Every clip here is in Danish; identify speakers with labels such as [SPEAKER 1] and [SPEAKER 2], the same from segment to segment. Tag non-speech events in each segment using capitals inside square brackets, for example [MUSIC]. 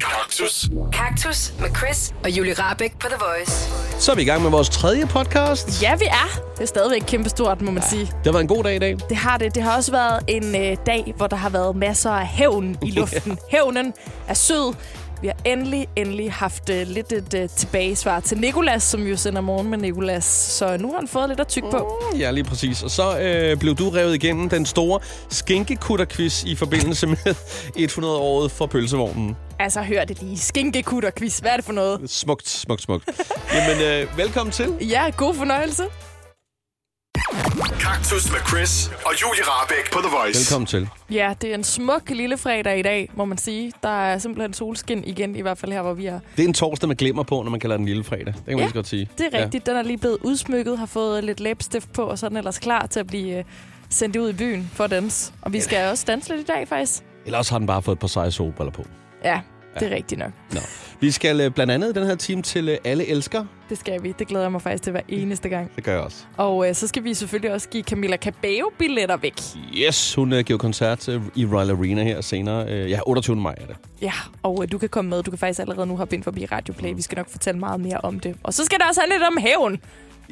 [SPEAKER 1] Kaktus.
[SPEAKER 2] Kaktus med Chris og Julie Rabeck på The Voice.
[SPEAKER 3] Så er vi i gang med vores tredje podcast.
[SPEAKER 4] Ja, vi er. Det er stadigvæk kæmpestort, må man sige.
[SPEAKER 3] Det har været en god dag i dag.
[SPEAKER 4] Det har det. Det har også været en øh, dag, hvor der har været masser af hævn i luften. Hævnen er sød. Vi har endelig, endelig haft øh, lidt et øh, tilbagesvar til Nikolas, som jo sender morgen med Nikolas. Så nu har han fået lidt at tykke på.
[SPEAKER 3] Mm, Ja, lige præcis. Og så øh, blev du revet igennem den store skinkekutterquiz i forbindelse med [LAUGHS] 100-året for pølsevognen.
[SPEAKER 4] Altså, hør det lige. Skinkekutter-quiz. Hvad er det for noget?
[SPEAKER 3] Smukt, smukt, smukt. Jamen, øh, velkommen til.
[SPEAKER 4] Ja, god fornøjelse.
[SPEAKER 1] Kaktus med Chris og Julie Rabeck på The Voice.
[SPEAKER 3] Velkommen til.
[SPEAKER 4] Ja, det er en smuk lille fredag i dag, må man sige. Der er simpelthen solskin igen, i hvert fald her, hvor vi er.
[SPEAKER 3] Det er en torsdag, man glemmer på, når man kalder den lille fredag. Det kan man
[SPEAKER 4] Ja,
[SPEAKER 3] lige så godt sige.
[SPEAKER 4] Det er rigtigt. Ja. Den er lige blevet udsmykket, har fået lidt læbestift på, og så er den ellers klar til at blive øh, sendt ud i byen for at danse. Og vi skal også danse lidt i dag, faktisk.
[SPEAKER 3] Ja. Ellers har den bare fået et par seje solbriller på.
[SPEAKER 4] Ja, det er rigtigt nok.
[SPEAKER 3] Nå. Vi skal øh, blandt andet i den her time til øh, Alle Elsker.
[SPEAKER 4] Det skal vi. Det glæder jeg mig faktisk til hver eneste gang.
[SPEAKER 3] Det gør jeg også.
[SPEAKER 4] Og øh, så skal vi selvfølgelig også give Camilla Cabello billetter væk.
[SPEAKER 3] Yes, hun øh, giver koncert øh, i Royal Arena her senere. Øh, ja, 28. maj er det.
[SPEAKER 4] Ja, og øh, du kan komme med. Du kan faktisk allerede nu hoppe ind forbi Radioplay. Vi skal nok fortælle meget mere om det. Og så skal der også handle lidt om hævn.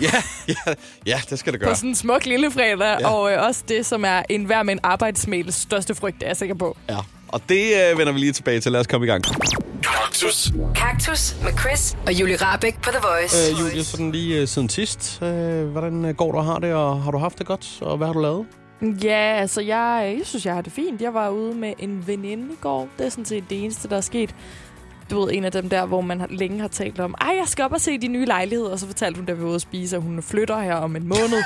[SPEAKER 3] Ja, [LAUGHS] ja, ja det skal det
[SPEAKER 4] på sådan en smuk lille fredag,
[SPEAKER 3] Ja.
[SPEAKER 4] ja. og øh, også det, som er en hver med en arbejdsmæles største frygt, er jeg sikker på.
[SPEAKER 3] Ja. Og det øh, vender vi lige tilbage til. Lad os komme i gang.
[SPEAKER 1] Kaktus.
[SPEAKER 2] Kaktus med Chris og Julie Rabeck på The Voice.
[SPEAKER 3] Øh, Julie, sådan lige øh, siden sidst. Øh, hvordan øh, går du og har det, og har du haft det godt, og hvad har du lavet?
[SPEAKER 4] Ja, altså jeg, øh, jeg synes, jeg har det fint. Jeg var ude med en veninde i går. Det er sådan set det eneste, der er sket. Du ved, en af dem der, hvor man har- længe har talt om, ej, jeg skal op og se de nye lejligheder, og så fortalte hun, da vi var ude at spise, at hun flytter her om en
[SPEAKER 3] [LAUGHS]
[SPEAKER 4] måned.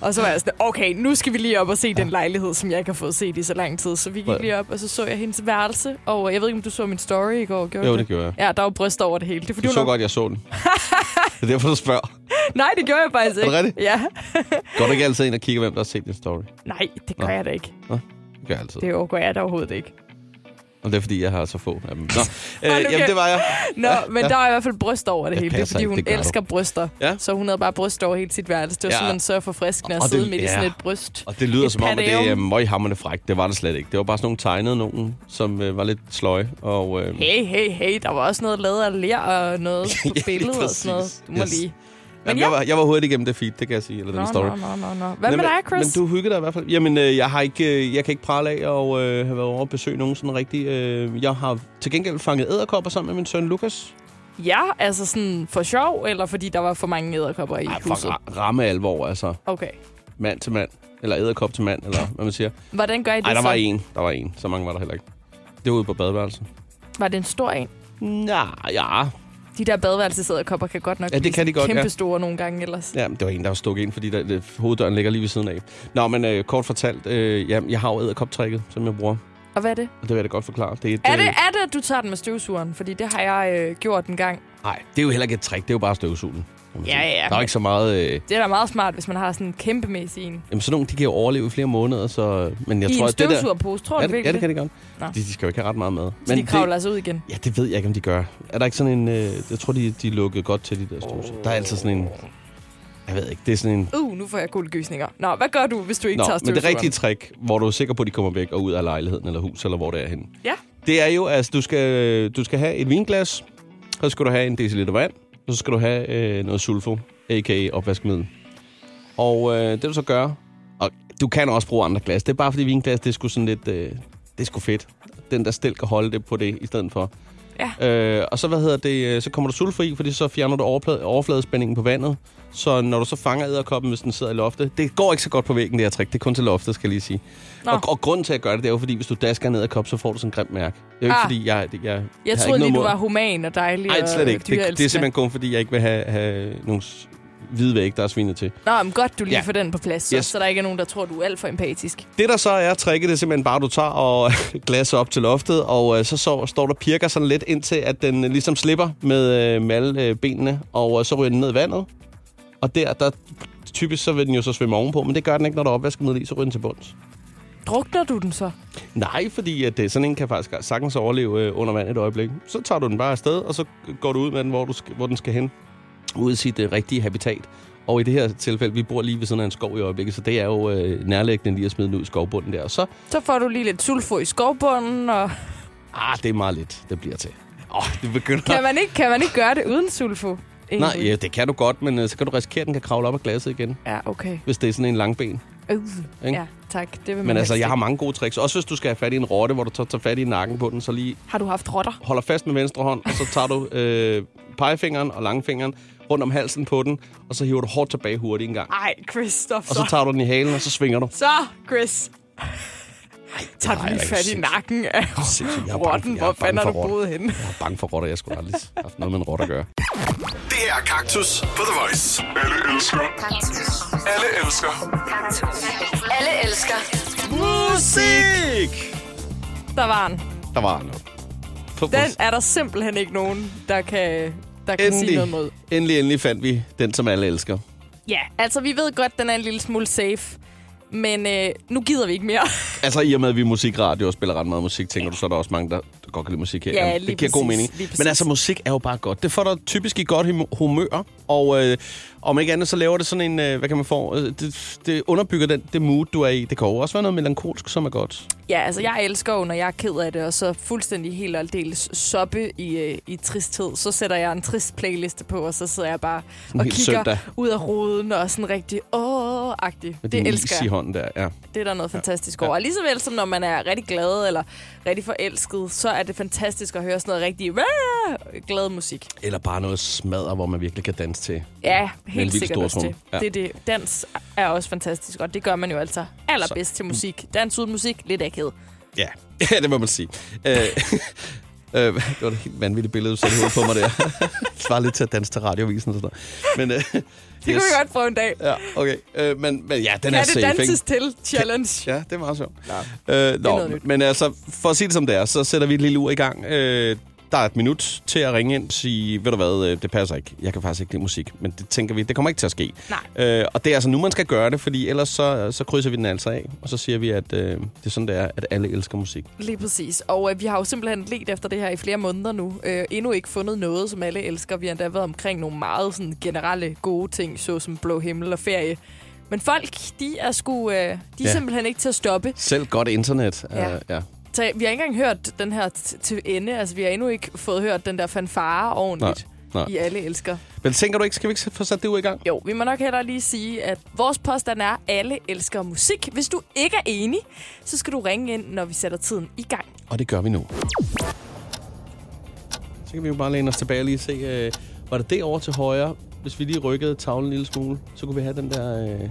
[SPEAKER 4] og så var jeg sådan, okay, nu skal vi lige op og se den lejlighed, som jeg ikke har fået set i så lang tid. Så vi
[SPEAKER 3] Hvad?
[SPEAKER 4] gik lige op, og så så jeg hendes værelse, og øh, jeg ved ikke, om du så min story i går, gjorde
[SPEAKER 3] Jo,
[SPEAKER 4] du
[SPEAKER 3] det gjorde jeg.
[SPEAKER 4] Ja, der var bryst over det hele. Det er, fordi
[SPEAKER 3] Du
[SPEAKER 4] hun
[SPEAKER 3] så
[SPEAKER 4] har-
[SPEAKER 3] godt, jeg
[SPEAKER 4] [LAUGHS]
[SPEAKER 3] så den. det er derfor, du spørger.
[SPEAKER 4] Nej, det gjorde jeg faktisk
[SPEAKER 3] Er
[SPEAKER 4] ikke.
[SPEAKER 3] det rigtigt?
[SPEAKER 4] Ja.
[SPEAKER 3] Går du ikke altid ind og kigger, hvem der har set din story?
[SPEAKER 4] Nej, det gør
[SPEAKER 3] Nå.
[SPEAKER 4] jeg da ikke.
[SPEAKER 3] Det gør jeg altid.
[SPEAKER 4] Det overgår jeg da overhovedet ikke.
[SPEAKER 3] Og det er, fordi jeg har så få
[SPEAKER 4] [LAUGHS]
[SPEAKER 3] af dem. Nå, øh,
[SPEAKER 4] nu
[SPEAKER 3] jamen,
[SPEAKER 4] kan-
[SPEAKER 3] det var jeg.
[SPEAKER 4] Nå, men der var i hvert fald bryst over det
[SPEAKER 3] Det
[SPEAKER 4] hele. Det er,
[SPEAKER 3] passer
[SPEAKER 4] fordi
[SPEAKER 3] ikke,
[SPEAKER 4] hun
[SPEAKER 3] det gør du.
[SPEAKER 4] elsker bryster.
[SPEAKER 3] Ja.
[SPEAKER 4] Så hun havde bare bryst over hele sit værelse. Det var
[SPEAKER 3] Ja.
[SPEAKER 4] ja. simpelthen så forfriskende at
[SPEAKER 3] Og det-
[SPEAKER 4] sidde midt i sådan
[SPEAKER 3] ja.
[SPEAKER 4] et bryst.
[SPEAKER 3] Og det lyder
[SPEAKER 4] Et
[SPEAKER 3] som om, at det er øh,
[SPEAKER 4] pandeum.
[SPEAKER 3] møghammerende frækt. Det var det slet ikke. Det var bare sådan nogle tegnede nogen, som øh, var lidt sløje. Og, øh,
[SPEAKER 4] Hey, hey, hey, der var også noget lavet af ler og
[SPEAKER 3] [LAUGHS]
[SPEAKER 4] noget
[SPEAKER 3] Ja,
[SPEAKER 4] på
[SPEAKER 3] lige
[SPEAKER 4] billedet og sådan noget.
[SPEAKER 3] præcis.
[SPEAKER 4] Du må
[SPEAKER 3] Yes.
[SPEAKER 4] lige.
[SPEAKER 3] jamen,
[SPEAKER 4] ja.
[SPEAKER 3] jeg, var, jeg var hurtigt igennem det feed, det kan jeg sige. Eller den
[SPEAKER 4] Nå,
[SPEAKER 3] story.
[SPEAKER 4] nå, nå, nå, nå. Hvad
[SPEAKER 3] Nej,
[SPEAKER 4] med
[SPEAKER 3] men-
[SPEAKER 4] dig, Chris?
[SPEAKER 3] Men du hygger dig i hvert fald. Jamen, øh, jeg, har ikke, øh, jeg kan ikke prale af at øh, have været over og besøge nogen sådan rigtig. Øh, jeg har til gengæld fanget æderkopper sammen med min søn Lukas.
[SPEAKER 4] Ja, altså sådan for sjov, eller fordi der var for mange æderkopper i
[SPEAKER 3] Ej, for
[SPEAKER 4] huset?
[SPEAKER 3] ra- ramme alvor, altså.
[SPEAKER 4] Okay.
[SPEAKER 3] Mand til mand. Eller æderkop til mand, eller hvad man siger.
[SPEAKER 4] Hvordan gør I det
[SPEAKER 3] Nej, der
[SPEAKER 4] så?
[SPEAKER 3] var en. Der var en. Så mange var der heller ikke. Det var ude på badeværelset.
[SPEAKER 4] Var det en stor en?
[SPEAKER 3] Nej, ja.
[SPEAKER 4] De der badeværelsesæderkopper kan godt nok
[SPEAKER 3] Ja, det
[SPEAKER 4] blive
[SPEAKER 3] kan de godt, ja.
[SPEAKER 4] kæmpe store nogle gange ellers.
[SPEAKER 3] Ja, men det var en, der var stukket ind, fordi der, det, hoveddøren ligger lige ved siden af. Nå, men øh, kort fortalt, øh, jamen, jeg har jo æderkoptrækket, som jeg bruger.
[SPEAKER 4] Og hvad er det?
[SPEAKER 3] Og det vil jeg da godt forklare. Det er, et,
[SPEAKER 4] Er det,
[SPEAKER 3] øh,
[SPEAKER 4] er det, at du tager den med støvsugeren? Fordi det har jeg øh, gjort en gang.
[SPEAKER 3] Nej, det er jo heller ikke et trick. Det er jo bare støvsugen. kan man
[SPEAKER 4] Ja,
[SPEAKER 3] sige.
[SPEAKER 4] ja, ja,
[SPEAKER 3] Der er jo
[SPEAKER 4] men-
[SPEAKER 3] ikke så meget... Øh,
[SPEAKER 4] Det er da meget smart, hvis man har sådan en kæmpemæssig en.
[SPEAKER 3] Jamen, sådan nogle, de kan jo overleve i flere måneder, så... Men jeg
[SPEAKER 4] I
[SPEAKER 3] tror,
[SPEAKER 4] en
[SPEAKER 3] at det der...
[SPEAKER 4] støvsugerpose, tror
[SPEAKER 3] Ja, det,
[SPEAKER 4] du
[SPEAKER 3] ja,
[SPEAKER 4] virkelig?
[SPEAKER 3] det kan de godt.
[SPEAKER 4] Nå.
[SPEAKER 3] De, de skal jo ikke have ret meget mad.
[SPEAKER 4] Så de kravler
[SPEAKER 3] det,
[SPEAKER 4] altså ud igen.
[SPEAKER 3] ja, det ved jeg ikke, om de gør. Er der ikke sådan en... Øh, jeg tror, de, de er lukket godt til, de der støvsuger. Der er altid sådan en... Jeg ved ikke, det er sådan en...
[SPEAKER 4] Uh, nu får jeg kuldegysninger. Nå, hvad gør du, hvis du ikke
[SPEAKER 3] Nå,
[SPEAKER 4] tager
[SPEAKER 3] men det
[SPEAKER 4] støvsugeren?
[SPEAKER 3] rigtige trick, hvor du er sikker på, at de kommer væk og ud af lejligheden eller hus, eller hvor det er henne.
[SPEAKER 4] Ja.
[SPEAKER 3] Det er jo, at altså, du skal, du skal have et vinglas, så skal du have en deciliter vand, og så skal du have øh, noget sulfo, a.k.a. opvaskemiddel. Og øh, det du så gør, og du kan også bruge andre glas, det er bare fordi vinglas, det er sgu sådan lidt, øh, det er sgu fedt. Den der stil kan holde det på det i stedet for. Ja. Øh, og så, hvad hedder det, øh, så kommer du sulfo i, fordi så fjerner du overplade, overfladespændingen på vandet. Så når du så fanger æderkoppen, hvis den sidder i loftet, det går ikke så godt på væggen, det her trick. Det er kun til loftet, skal jeg lige sige.
[SPEAKER 4] Nå.
[SPEAKER 3] Og, og, grunden til at gøre det, det er jo fordi, hvis du dasker ned af kop, så får du sådan en grim mærke. Det er jo ikke,
[SPEAKER 4] Ah.
[SPEAKER 3] fordi jeg, jeg, jeg
[SPEAKER 4] Jeg troede lige, du var human og dejlig.
[SPEAKER 3] Nej,
[SPEAKER 4] og
[SPEAKER 3] slet ikke. Det, det, er
[SPEAKER 4] dyreelskende.
[SPEAKER 3] simpelthen kun, fordi jeg ikke vil have, have nogle s- hvide væg, der er svinet til.
[SPEAKER 4] Nå, men godt, du lige
[SPEAKER 3] Ja.
[SPEAKER 4] ja. får den på plads, så,
[SPEAKER 3] Yes.
[SPEAKER 4] yes. så der ikke er nogen, der tror, du er alt for empatisk.
[SPEAKER 3] Det, der så er tricket, det er simpelthen bare, at du tager og [LAUGHS] glasset op til loftet, og øh, så, så står der og pirker sådan lidt indtil, at den øh, ligesom slipper med, øh, med alle øh, benene, og øh, så ryger den ned i vandet. Og der, der typisk så vil den jo så svømme ovenpå, men det gør den ikke, når der er opvaskemiddel i, så ryger den til bunds.
[SPEAKER 4] Drukner du den så?
[SPEAKER 3] Nej, fordi at det, sådan en kan faktisk sagtens overleve øh, under vand et øjeblik. Så tager du den bare afsted, og så går du ud med den, hvor, du skal, hvor den skal hen. Ud i sit øh, rigtige habitat. Og i det her tilfælde, vi bor lige ved sådan en skov i øjeblikket, så det er jo øh, nærliggende lige at smide den ud i skovbunden der. Og så,
[SPEAKER 4] Så får du lige lidt sulfo i skovbunden, og
[SPEAKER 3] ah, det er meget lidt, det bliver til. Åh, det begynder...
[SPEAKER 4] Kan man ikke, kan man ikke gøre det uden sulfo?
[SPEAKER 3] Nej, ja, det kan du godt, men øh, så kan du risikere, at den kan kravle op af glasset igen,
[SPEAKER 4] Ja, okay.
[SPEAKER 3] hvis det er sådan en lang ben.
[SPEAKER 4] Øh.
[SPEAKER 3] Ikke?
[SPEAKER 4] Ja, tak. Det vil
[SPEAKER 3] Men
[SPEAKER 4] man
[SPEAKER 3] altså,
[SPEAKER 4] helst
[SPEAKER 3] jeg har
[SPEAKER 4] ikke.
[SPEAKER 3] mange gode tricks. Også hvis du skal have fat i en rotte, hvor du så tager fat i nakken på den, så lige
[SPEAKER 4] har du haft rotter?
[SPEAKER 3] holder fast med venstre hånd, og så tager du øh, pegefingeren og langfingeren rundt om halsen på den, og så hiver du hårdt tilbage hurtigt en gang.
[SPEAKER 4] Ej, Christoph,
[SPEAKER 3] Og så tager du den i halen, og så svinger du.
[SPEAKER 4] Så, Chris. Tager du
[SPEAKER 3] jeg
[SPEAKER 4] lige
[SPEAKER 3] ikke
[SPEAKER 4] fat i
[SPEAKER 3] sindssygt.
[SPEAKER 4] nakken af
[SPEAKER 3] Sindssygt, jeg er bange for-
[SPEAKER 4] rotten?
[SPEAKER 3] jeg er
[SPEAKER 4] Hvor
[SPEAKER 3] bange
[SPEAKER 4] fanden har
[SPEAKER 3] for
[SPEAKER 4] du
[SPEAKER 3] rotter.
[SPEAKER 4] boet henne?
[SPEAKER 3] Jeg er bange for rotter. Jeg skulle aldrig have haft noget med en rotte at gøre.
[SPEAKER 1] Det her er Kaktus på The Voice. Alle elsker. Alle elsker.
[SPEAKER 2] Alle elsker
[SPEAKER 3] Musik!
[SPEAKER 4] Der var den.
[SPEAKER 3] Der var noget. På
[SPEAKER 4] Den
[SPEAKER 3] vores-
[SPEAKER 4] er der simpelthen ikke nogen, der kan, der kan sige noget mod.
[SPEAKER 3] endelig, endelig, endelig fandt vi den, som alle elsker.
[SPEAKER 4] Ja, altså vi ved godt, den er en lille smule safe. Men øh, nu gider vi ikke mere. [LAUGHS]
[SPEAKER 3] Altså i og med, at vi er musikradio og spiller ret meget musik, tænker du, så er der også mange, der der godt kan lide musik her.
[SPEAKER 4] Ja,
[SPEAKER 3] Jamen,
[SPEAKER 4] lige
[SPEAKER 3] det giver god
[SPEAKER 4] præcis,
[SPEAKER 3] mening.
[SPEAKER 4] lige præcis.
[SPEAKER 3] Men altså, musik er jo bare godt. Det får dig typisk i godt hum- humør, og øh, om ikke andet, så laver det sådan en, øh, hvad kan man få, øh, det, det underbygger den, det mood, du er i. Det kan jo også være noget melankolsk, som er godt.
[SPEAKER 4] ja, altså jeg elsker jo, når jeg er ked af det, og så fuldstændig helt og aldeles soppe i, øh, i tristhed. Så sætter jeg en trist playliste på, og så sidder jeg bare og
[SPEAKER 3] helt
[SPEAKER 4] kigger
[SPEAKER 3] søndag.
[SPEAKER 4] ud af ruden, og sådan rigtig åh-agtig.
[SPEAKER 3] Med
[SPEAKER 4] Det
[SPEAKER 3] din
[SPEAKER 4] elsker
[SPEAKER 3] is i
[SPEAKER 4] jeg.
[SPEAKER 3] hånden der, ja.
[SPEAKER 4] Det er der noget fantastisk over. Og lige så vel som når man er rigtig glad eller rigtig forelsket, så er det fantastisk at høre sådan noget rigtig "Wah!" glad musik.
[SPEAKER 3] Eller bare noget smadder, hvor man virkelig kan danse til.
[SPEAKER 4] Ja,
[SPEAKER 3] en
[SPEAKER 4] helt
[SPEAKER 3] vild
[SPEAKER 4] sikkert også det.
[SPEAKER 3] stortrum. Ja.
[SPEAKER 4] det, er det. Dans er også fantastisk, og det gør man jo altså allerbedst til musik. Dans uden musik, lidt akavet.
[SPEAKER 3] Ja, ja [LAUGHS] det må man sige. Øh, øh, det var et helt vanvittigt billede, du satte i hovedet på mig der. [LAUGHS] Det svarer lidt til at danse til radiovisen og sådan noget. Men, øh, det
[SPEAKER 4] [LAUGHS] Det yes. kunne vi godt prøve en dag.
[SPEAKER 3] Ja, okay. Øh, men, men ja, den
[SPEAKER 4] Ja,
[SPEAKER 3] er
[SPEAKER 4] det
[SPEAKER 3] safe,
[SPEAKER 4] danses
[SPEAKER 3] ikke?
[SPEAKER 4] til challenge.
[SPEAKER 3] Ja, det er meget sjovt. Ja. Øh, nå,
[SPEAKER 4] noget nyt.
[SPEAKER 3] men altså, for at sige det som det er, så sætter vi et lille ur i gang. Øh, der er et minut til at ringe ind og sige, ved du hvad, øh, det passer ikke. Jeg kan faktisk ikke lide musik. Men det tænker vi, det kommer ikke til at ske.
[SPEAKER 4] Nej.
[SPEAKER 3] Øh, og det er altså nu, man skal gøre det, fordi ellers så, så krydser vi den altså af. Og så siger vi, at øh, det er sådan, det er, at alle elsker musik.
[SPEAKER 4] Lige præcis. Og øh, vi har jo simpelthen let efter det her i flere måneder nu. Øh, endnu ikke fundet noget, som alle elsker. Vi har endda været omkring nogle meget sådan, generelle gode ting, såsom blå himmel og ferie. Men folk, de er, sgu, øh, de er ja.
[SPEAKER 3] Ja.
[SPEAKER 4] simpelthen ikke til at stoppe.
[SPEAKER 3] Selv godt internet.
[SPEAKER 4] Ja.
[SPEAKER 3] Øh, ja.
[SPEAKER 4] Så vi har ikke engang hørt den her t- til ende. Altså, vi har endnu ikke fået hørt den der fanfare ordentligt.
[SPEAKER 3] Nej, nej.
[SPEAKER 4] I alle elsker.
[SPEAKER 3] Men tænker du ikke, skal vi ikke få sat det ud i gang?
[SPEAKER 4] Jo, vi må nok hellere lige sige, at vores påstand er, at alle elsker musik. Hvis du ikke er enig, så skal du ringe ind, når vi sætter tiden i gang.
[SPEAKER 3] Og det gør vi nu. Så kan vi jo bare læne os tilbage og lige se, øh, var det det over til højre? Hvis vi lige rykkede tavlen en lille smule, så kunne vi have den der øh,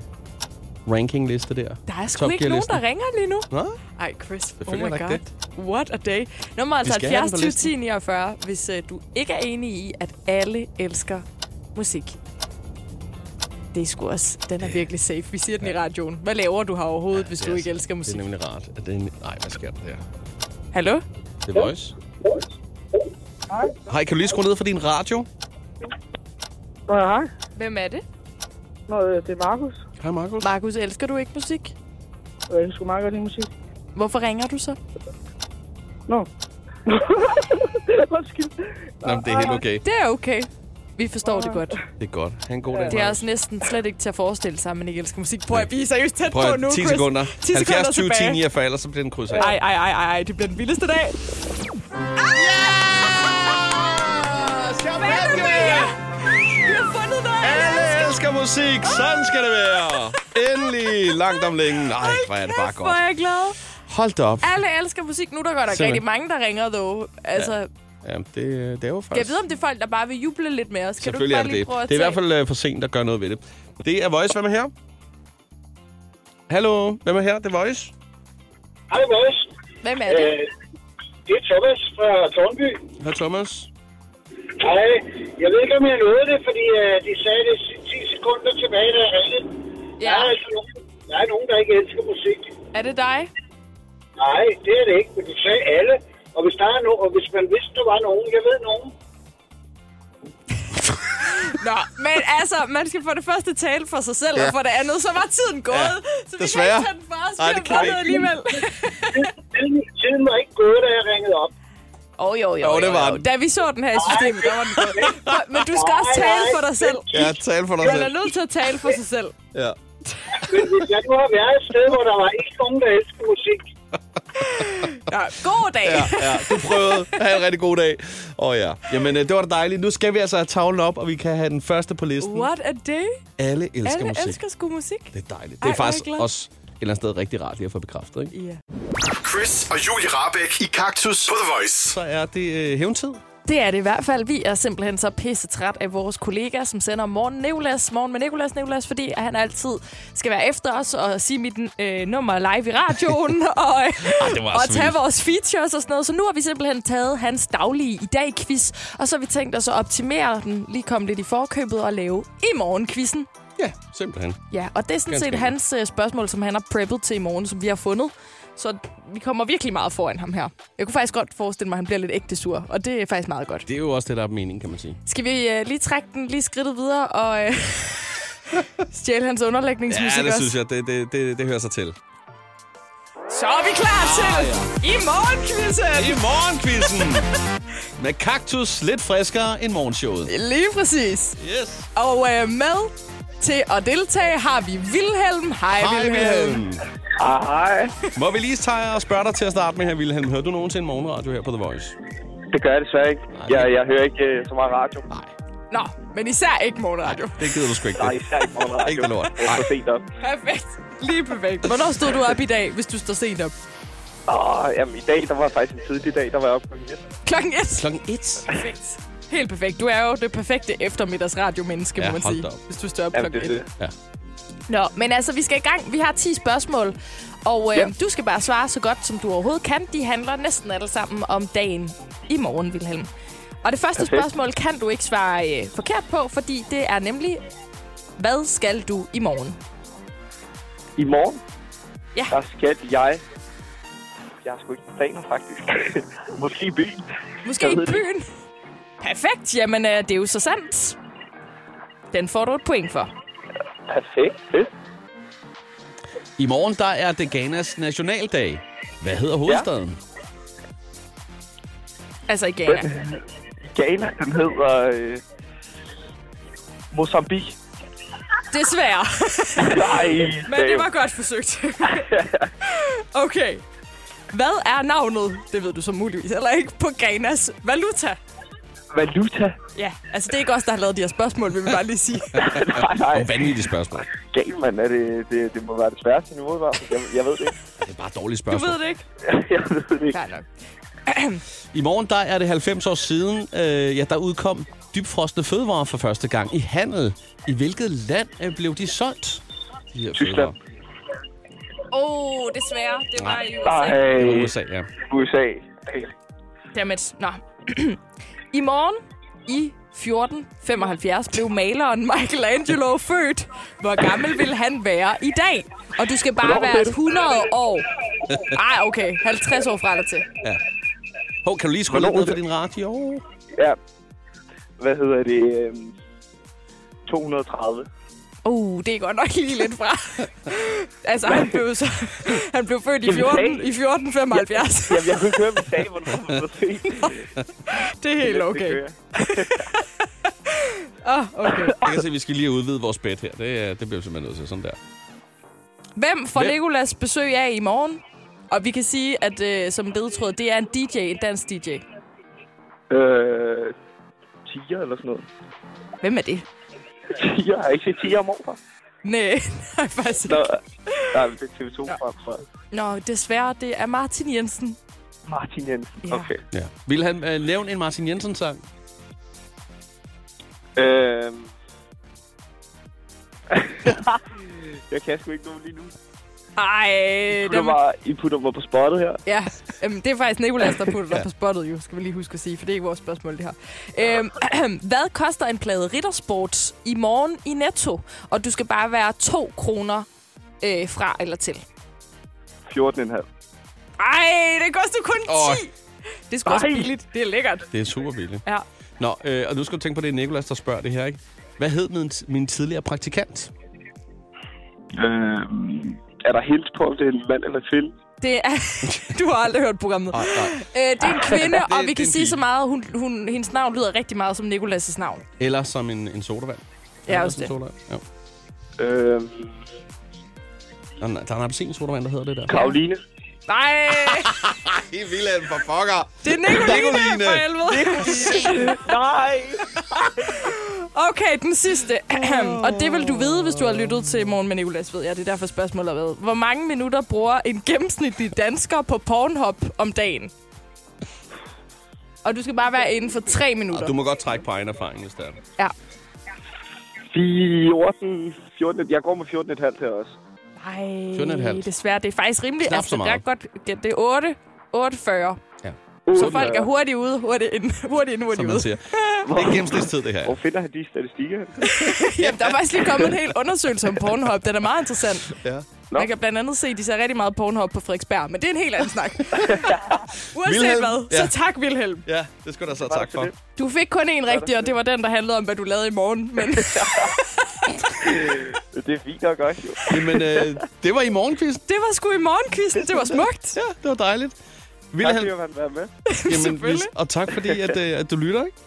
[SPEAKER 3] rankingliste der.
[SPEAKER 4] Der er sgu ikke nogen, der ringer lige nu.
[SPEAKER 3] Nå?
[SPEAKER 4] Ej, Chris. Oh
[SPEAKER 3] Selvfølgelig
[SPEAKER 4] my
[SPEAKER 3] er der
[SPEAKER 4] god.
[SPEAKER 3] ikke
[SPEAKER 4] What a day. Nummer altså
[SPEAKER 3] skal have den
[SPEAKER 4] 70
[SPEAKER 3] på
[SPEAKER 4] 20
[SPEAKER 3] listen.
[SPEAKER 4] 10 49, hvis uh, du ikke er enig i, at alle elsker musik. Det er sgu også. Den er virkelig safe. Vi siger den i radioen. Hvad laver du her overhovedet, ja, hvis
[SPEAKER 3] det
[SPEAKER 4] du
[SPEAKER 3] er
[SPEAKER 4] ikke
[SPEAKER 3] så-
[SPEAKER 4] elsker
[SPEAKER 3] Det
[SPEAKER 4] musik?
[SPEAKER 3] er nemlig rart. At det er en... Nej, hvad sker der der?
[SPEAKER 4] Hallo?
[SPEAKER 3] Det er Voice. Hej, kan du lige skrue ned for din radio?
[SPEAKER 5] Nå, ja, hej.
[SPEAKER 4] Hvem er det?
[SPEAKER 5] Nå, øh, det er Markus.
[SPEAKER 3] Hej, Markus.
[SPEAKER 4] Markus, elsker du ikke musik?
[SPEAKER 5] Øh, Jeg kan sgu meget godt lide musik.
[SPEAKER 4] Hvorfor ringer du så?
[SPEAKER 5] Nå. [LAUGHS] Undskyld.
[SPEAKER 3] Nå, men det er helt okay.
[SPEAKER 4] Det er okay. Vi forstår det godt.
[SPEAKER 3] Det er godt. Ha' en god dag,
[SPEAKER 4] Det er
[SPEAKER 3] Markus.
[SPEAKER 4] også næsten slet ikke til at forestille sig, at man ikke elsker musik. Prøv at vi er seriøst tæt
[SPEAKER 3] Prøv
[SPEAKER 4] på
[SPEAKER 3] at
[SPEAKER 4] nu,
[SPEAKER 3] 10
[SPEAKER 4] Chris.
[SPEAKER 3] sekunder.
[SPEAKER 4] 10 sekunder
[SPEAKER 3] 70, 20, 10,
[SPEAKER 4] tilbage.
[SPEAKER 3] 9, for ellers så bliver den krydset af.
[SPEAKER 4] Ej, ej, ej, ej, ej, det bliver den vildeste dag. Hvad er det, ja? Vi har fundet noget.
[SPEAKER 3] Alle elsker musik. Sådan skal det være. Endelig. Langt om længe. Nej, hvor er det bare
[SPEAKER 4] Hvor
[SPEAKER 3] godt.
[SPEAKER 4] er jeg glad.
[SPEAKER 3] Hold da op.
[SPEAKER 4] Alle elsker musik. Nu er der godt nok
[SPEAKER 3] Simpelthen.
[SPEAKER 4] rigtig mange, der ringer, dog. Altså, ja.
[SPEAKER 3] Ja, det, det er jo faktisk...
[SPEAKER 4] jeg ved, om det er folk, der bare vil juble lidt med os. Kan du ikke
[SPEAKER 3] Selvfølgelig er
[SPEAKER 4] bare
[SPEAKER 3] det
[SPEAKER 4] lige
[SPEAKER 3] det.
[SPEAKER 4] prøve at
[SPEAKER 3] Det er i hvert
[SPEAKER 4] tage-
[SPEAKER 3] fald øh, for sent at gøre noget ved det. Det er Voice. Hvem er her? Hallo, hvem er her? Det er Voice.
[SPEAKER 6] Hej, Boris.
[SPEAKER 4] Hvem er det?
[SPEAKER 6] Øh, Det er Thomas fra Tornby.
[SPEAKER 3] Hej Thomas.
[SPEAKER 6] Hej. Jeg ved ikke, om jeg nåede det, fordi øh, de sagde det er 10 sekunder tilbage, der er alle.
[SPEAKER 4] Ja.
[SPEAKER 6] Der, er altså nogen, der er nogen, der ikke elsker musik.
[SPEAKER 4] Er det dig?
[SPEAKER 6] Nej, det er det ikke, men du sagde alle. Og hvis, der er no- og hvis man vidste, der var nogen, jeg ved nogen.
[SPEAKER 4] Nå, men altså, man skal for det første tale for sig selv, ja.
[SPEAKER 3] Ja.
[SPEAKER 4] og for det andet, så var tiden gået. Ja. Så vi kan
[SPEAKER 3] desværre.
[SPEAKER 4] ikke tage den for os.
[SPEAKER 3] Ej,
[SPEAKER 4] Vi
[SPEAKER 3] det
[SPEAKER 4] har
[SPEAKER 3] kan vi
[SPEAKER 4] vundet
[SPEAKER 3] ikke.
[SPEAKER 4] alligevel.
[SPEAKER 6] Tiden, tiden var ikke gået, da jeg ringede op.
[SPEAKER 4] Åh, oh, jo, jo,
[SPEAKER 3] Jo, det var
[SPEAKER 4] jo.
[SPEAKER 3] den.
[SPEAKER 4] Da vi så den her i systemet, der var den gået. Prøv, Men du skal også tale for dig selv.
[SPEAKER 3] Ja,
[SPEAKER 6] [LAUGHS]
[SPEAKER 3] tal for dig
[SPEAKER 4] Man er nødt til at tale for sig selv.
[SPEAKER 3] Ja.
[SPEAKER 6] Men hvis jeg nu har været et sted, hvor der var ikke nogen, der elsker musik,
[SPEAKER 4] Nå, god dag.
[SPEAKER 3] Ja, ja, du prøvede. Ha' en rigtig god dag. Åh oh, ja. Jamen, øh, det var da dejligt. Nu skal vi altså have tavlen op, og vi kan have den første på listen.
[SPEAKER 4] What a day.
[SPEAKER 3] Alle elsker
[SPEAKER 4] Alle
[SPEAKER 3] musik.
[SPEAKER 4] elsker sgu musik.
[SPEAKER 3] Det er dejligt.
[SPEAKER 4] Ej,
[SPEAKER 3] Det er
[SPEAKER 4] hvor er
[SPEAKER 3] faktisk
[SPEAKER 4] jeg glad.
[SPEAKER 3] også et eller andet sted rigtig rart lige at få bekræftet, ikke?
[SPEAKER 4] Ja.
[SPEAKER 1] Chris og Julie Rabeck i Kaktus på The Voice.
[SPEAKER 3] Så er det øh, hævntid.
[SPEAKER 4] Det er det i hvert fald. Vi er simpelthen så pisse træt af vores kollega, som sender morgen Nicolas, morgen med Nicolas Nicolas, fordi at han altid skal være efter os og sige mit øh, nummer live i radioen
[SPEAKER 3] [LAUGHS]
[SPEAKER 4] og,
[SPEAKER 3] det var
[SPEAKER 4] og
[SPEAKER 3] også
[SPEAKER 4] tage
[SPEAKER 3] vildt.
[SPEAKER 4] vores features og sådan noget. Så nu har vi simpelthen taget hans daglige i dag quiz, og så har vi tænkt os at optimere den, lige komme lidt i forkøbet og lave i morgen quizzen.
[SPEAKER 3] Ja, simpelthen.
[SPEAKER 4] Ja, og det er sådan
[SPEAKER 3] Ganske
[SPEAKER 4] set hans øh, spørgsmål, som han har preppet til i morgen, som vi har fundet. Så vi kommer virkelig meget foran ham her. Jeg kunne faktisk godt forestille mig, at han bliver lidt ægte sur, og det er faktisk meget godt.
[SPEAKER 3] Det er jo også det, der er meningen, kan man sige.
[SPEAKER 4] Skal vi øh, lige trække den lige skridtet videre og øh, [LAUGHS] stjæle hans underlægningsmusik
[SPEAKER 3] Ja, det
[SPEAKER 4] også?
[SPEAKER 3] synes jeg. Det, det, det, det hører sig til.
[SPEAKER 4] Så er vi klar til
[SPEAKER 3] Ah,
[SPEAKER 4] ah,
[SPEAKER 3] ja.
[SPEAKER 4] ja. i morgen,
[SPEAKER 3] I morgenquizzen! [LAUGHS] Med kaktus lidt friskere end morgenshowet.
[SPEAKER 4] Lige præcis.
[SPEAKER 3] Yes.
[SPEAKER 4] Og øh, med til at deltage har vi Vilhelm. Hej,
[SPEAKER 3] Hej, Vilhelm.
[SPEAKER 5] Ah, hej.
[SPEAKER 3] Må vi lige tage og spørge dig til at starte med her, Vilhelm. Hører du nogensinde morgenradio her på The Voice?
[SPEAKER 5] Det gør jeg desværre ikke.
[SPEAKER 3] Jeg-
[SPEAKER 5] jeg hører ikke uh, så meget radio.
[SPEAKER 4] Nå, men især ikke morgenradio.
[SPEAKER 3] Det gider du sgu ikke. Det.
[SPEAKER 5] især ikke morgenradio.
[SPEAKER 3] Ikke det lort. Det er for
[SPEAKER 5] sent op.
[SPEAKER 4] Perfekt. Lige perfekt. Hvornår stod du op i dag, hvis du står sent op?
[SPEAKER 5] Åh, jamen i dag, der var faktisk en tidlig dag, der var jeg oppe på
[SPEAKER 4] Klokken et.
[SPEAKER 3] Klokken et.
[SPEAKER 4] Perfekt. Helt perfekt. Du er jo det perfekte eftermiddagsradiomenneske,
[SPEAKER 3] Ja,
[SPEAKER 4] må man
[SPEAKER 3] hold
[SPEAKER 4] sige.
[SPEAKER 3] da op.
[SPEAKER 4] Hvis du står op
[SPEAKER 5] Jamen,
[SPEAKER 4] klokken
[SPEAKER 5] det er
[SPEAKER 4] 1.
[SPEAKER 5] det.
[SPEAKER 4] Nå, men altså, vi skal i gang. Vi har 10 spørgsmål, og øh,
[SPEAKER 5] Ja.
[SPEAKER 4] du skal bare svare så godt, som du overhovedet kan. De handler næsten alle sammen om dagen i morgen, Vilhelm. Og det første
[SPEAKER 5] Perfekt.
[SPEAKER 4] spørgsmål kan du ikke svare øh, forkert på, fordi det er nemlig, hvad skal du i morgen?
[SPEAKER 5] I morgen,
[SPEAKER 4] Ja.
[SPEAKER 5] der skal jeg... Jeg har sgu ikke planer, faktisk. [LAUGHS] Måske i byen.
[SPEAKER 4] Måske i
[SPEAKER 5] Jeg ved det
[SPEAKER 4] byen? Perfekt, jamen øh, det er jo så sandt. Den får du et point for.
[SPEAKER 5] Perfekt. Fedt.
[SPEAKER 3] I morgen, der er det Ghanas nationaldag. Hvad hedder hovedstaden? Ja.
[SPEAKER 4] Altså i Ghana.
[SPEAKER 5] Ghana, den hedder... Øh, Mozambique.
[SPEAKER 4] Desværre.
[SPEAKER 5] Nej,
[SPEAKER 4] Men det var godt [LAUGHS] forsøgt. okay. Hvad er navnet, det ved du så muligvis heller ikke, på Ghanas valuta?
[SPEAKER 5] Valuta.
[SPEAKER 4] Ja, altså det er ikke os, der har lavet de her spørgsmål, vil vi bare lige [LAUGHS] sige.
[SPEAKER 5] nej, nej.
[SPEAKER 3] Og vanvittigt spørgsmål.
[SPEAKER 5] Galen, er det, det, det må være det sværeste niveau, i hvert fald. Jeg, jeg ved det ikke.
[SPEAKER 3] Det er bare et dårligt
[SPEAKER 4] Du
[SPEAKER 3] spørgsmål.
[SPEAKER 4] ved det ikke?
[SPEAKER 5] jeg ved det ikke.
[SPEAKER 4] Nej, nok.
[SPEAKER 3] I morgen, der er det 90 år siden, øh, ja, der udkom dybfrostende fødevarer for første gang i handel. I hvilket land øh, blev de solgt? De her
[SPEAKER 5] Tyskland.
[SPEAKER 3] fødevarer.
[SPEAKER 4] Åh, oh, desværre. Det var i USA.
[SPEAKER 5] Nej,
[SPEAKER 3] Det var USA, ja.
[SPEAKER 5] USA.
[SPEAKER 4] Dammit. Nå. [CLEARS THROAT] I morgen i 1475 blev maleren [LAUGHS] Michelangelo født. Hvor gammel vil han være i dag? Og du skal bare være 100 år. Ej, okay. 50 år fra dig til.
[SPEAKER 3] Hov, kan du lige skrue lidt
[SPEAKER 5] Hvornår
[SPEAKER 3] ned
[SPEAKER 5] er
[SPEAKER 3] for din radio?
[SPEAKER 5] Ja. Hvad hedder det? Øhm, 230.
[SPEAKER 4] Uh, det er godt nok lige lidt
[SPEAKER 5] [LAUGHS]
[SPEAKER 4] fra. altså, han blev, så, han blev født i,
[SPEAKER 5] Jamen,
[SPEAKER 4] 14,
[SPEAKER 5] hey.
[SPEAKER 4] i 1475.
[SPEAKER 5] Jamen, jeg kunne ikke høre, hvad vi sagde, hvornår vi var sent.
[SPEAKER 4] det er helt okay. Oh, okay.
[SPEAKER 3] Jeg kan se, vi skal lige udvide vores bed her. Det, øh, det bliver vi simpelthen nødt til. Sådan der.
[SPEAKER 4] Hvem får
[SPEAKER 3] Hvem?
[SPEAKER 4] Legolas besøg af i morgen? Og vi kan sige, at øh, som ledtråd, det er en DJ, en dansk DJ.
[SPEAKER 5] Øh, 10'er eller sådan noget.
[SPEAKER 4] Hvem er det? [LAUGHS]
[SPEAKER 5] 10'er? Har jeg ikke set 10'er om året?
[SPEAKER 4] Nej, nej faktisk
[SPEAKER 5] Nå,
[SPEAKER 4] ikke.
[SPEAKER 5] nej, men det er TV2 frem for
[SPEAKER 4] Nå, desværre, det er Martin Jensen.
[SPEAKER 5] Martin Jensen.
[SPEAKER 4] Ja.
[SPEAKER 5] Okay.
[SPEAKER 3] Ja. Vil han øh, nævne en Martin Jensen-sang?
[SPEAKER 5] Øhm. [LAUGHS] jeg kan sgu ikke nogen lige nu.
[SPEAKER 4] Ej,
[SPEAKER 5] Putter
[SPEAKER 4] dem,
[SPEAKER 5] mig, I putter mig på spottet her.
[SPEAKER 4] ja. Øhm, det er faktisk Nicolas, der putter dig på spottet, jo, skal vi lige huske at sige, for det er ikke vores spørgsmål, det her. Øhm, [CLEARS THROAT] hvad koster en plade Rittersport i morgen i Netto? Og du skal bare være 2 kroner øh, fra eller til.
[SPEAKER 5] 14,5.
[SPEAKER 4] Ej, det koster kun 10!
[SPEAKER 3] Åh.
[SPEAKER 4] Det er sgu også
[SPEAKER 5] Ej.
[SPEAKER 4] billigt. Det er lækkert.
[SPEAKER 3] Det er super billigt.
[SPEAKER 4] Ja.
[SPEAKER 3] Nå, øh, og nu skal du tænke på, det er Nicolas, der spørger det her, ikke? Hvad hed min, min tidligere praktikant?
[SPEAKER 5] Øhm, er der helt på, om det er en mand eller en film?
[SPEAKER 4] Det er, [LAUGHS] du har aldrig hørt programmet.
[SPEAKER 3] Nej, nej.
[SPEAKER 4] Øh, det er en
[SPEAKER 3] [LAUGHS]
[SPEAKER 4] kvinde,
[SPEAKER 3] Det-
[SPEAKER 4] og
[SPEAKER 3] det
[SPEAKER 4] vi
[SPEAKER 3] er
[SPEAKER 4] kan
[SPEAKER 3] en
[SPEAKER 4] sige
[SPEAKER 3] pige.
[SPEAKER 4] så meget, hun, hun, hendes navn lyder rigtig meget som Nicolas' navn.
[SPEAKER 3] Eller som en, en sodavand.
[SPEAKER 4] Ja, også det.
[SPEAKER 3] Sodavand. Ja.
[SPEAKER 5] Øhm,
[SPEAKER 3] Der er en, der er en appelsinsodavand, der hedder det der.
[SPEAKER 5] Karoline.
[SPEAKER 4] Nej,
[SPEAKER 3] I Vilhelm for fucker.
[SPEAKER 4] det er Nicoline,
[SPEAKER 3] Nicoline.
[SPEAKER 4] for helvede.
[SPEAKER 5] Nej!
[SPEAKER 4] Okay, den sidste. og det vil du vide, hvis du har lyttet til Morgen med Nicolas, ved jeg. Det er derfor spørgsmålet har været. Hvor mange minutter bruger en gennemsnitlig dansker på Pornhub om dagen? Og du skal bare være inden for tre minutter.
[SPEAKER 3] Og du må godt trække på egen erfaring, hvis det er.
[SPEAKER 4] Ja.
[SPEAKER 5] 14, 14, jeg går med 14,5 her også.
[SPEAKER 4] Nej,
[SPEAKER 3] 17,5.
[SPEAKER 4] desværre. Det er faktisk rimelig.
[SPEAKER 3] Knap så
[SPEAKER 4] det er
[SPEAKER 3] meget.
[SPEAKER 4] godt. Det, det er 8. 48. Så folk er hurtigt ude, hurtigt ind, hurtigt ind,
[SPEAKER 3] Som
[SPEAKER 4] hurtigt
[SPEAKER 3] man
[SPEAKER 4] ude.
[SPEAKER 3] siger. Det er gennemsnitstid, det her.
[SPEAKER 5] Hvor finder han de statistikker?
[SPEAKER 4] Jamen, der er faktisk lige kommet en hel undersøgelse om Pornhub. Den er meget interessant.
[SPEAKER 3] Ja.
[SPEAKER 4] Man kan blandt andet se, at de ser rigtig meget Pornhub på Frederiksberg, men det er en helt anden snak.
[SPEAKER 3] [LAUGHS]
[SPEAKER 4] Uanset
[SPEAKER 3] Vilhelm,
[SPEAKER 4] hvad,
[SPEAKER 3] ja.
[SPEAKER 4] så tak, Vilhelm.
[SPEAKER 3] Ja, det skulle da så tak for.
[SPEAKER 4] Du fik kun en rigtig, og det var den, der handlede om, hvad du lavede i morgen. Men
[SPEAKER 5] Det er fint nok også, jo.
[SPEAKER 3] Jamen, øh, det var i morgenkvisten.
[SPEAKER 4] det var sgu i morgenkvisten. Det var smukt.
[SPEAKER 3] Ja, det var dejligt.
[SPEAKER 5] Tak
[SPEAKER 3] Vilhelm,
[SPEAKER 5] fordi man være med.
[SPEAKER 3] jamen,
[SPEAKER 4] selvfølgelig.
[SPEAKER 3] vi- og tak fordi, at, øh, at du lytter, ikke?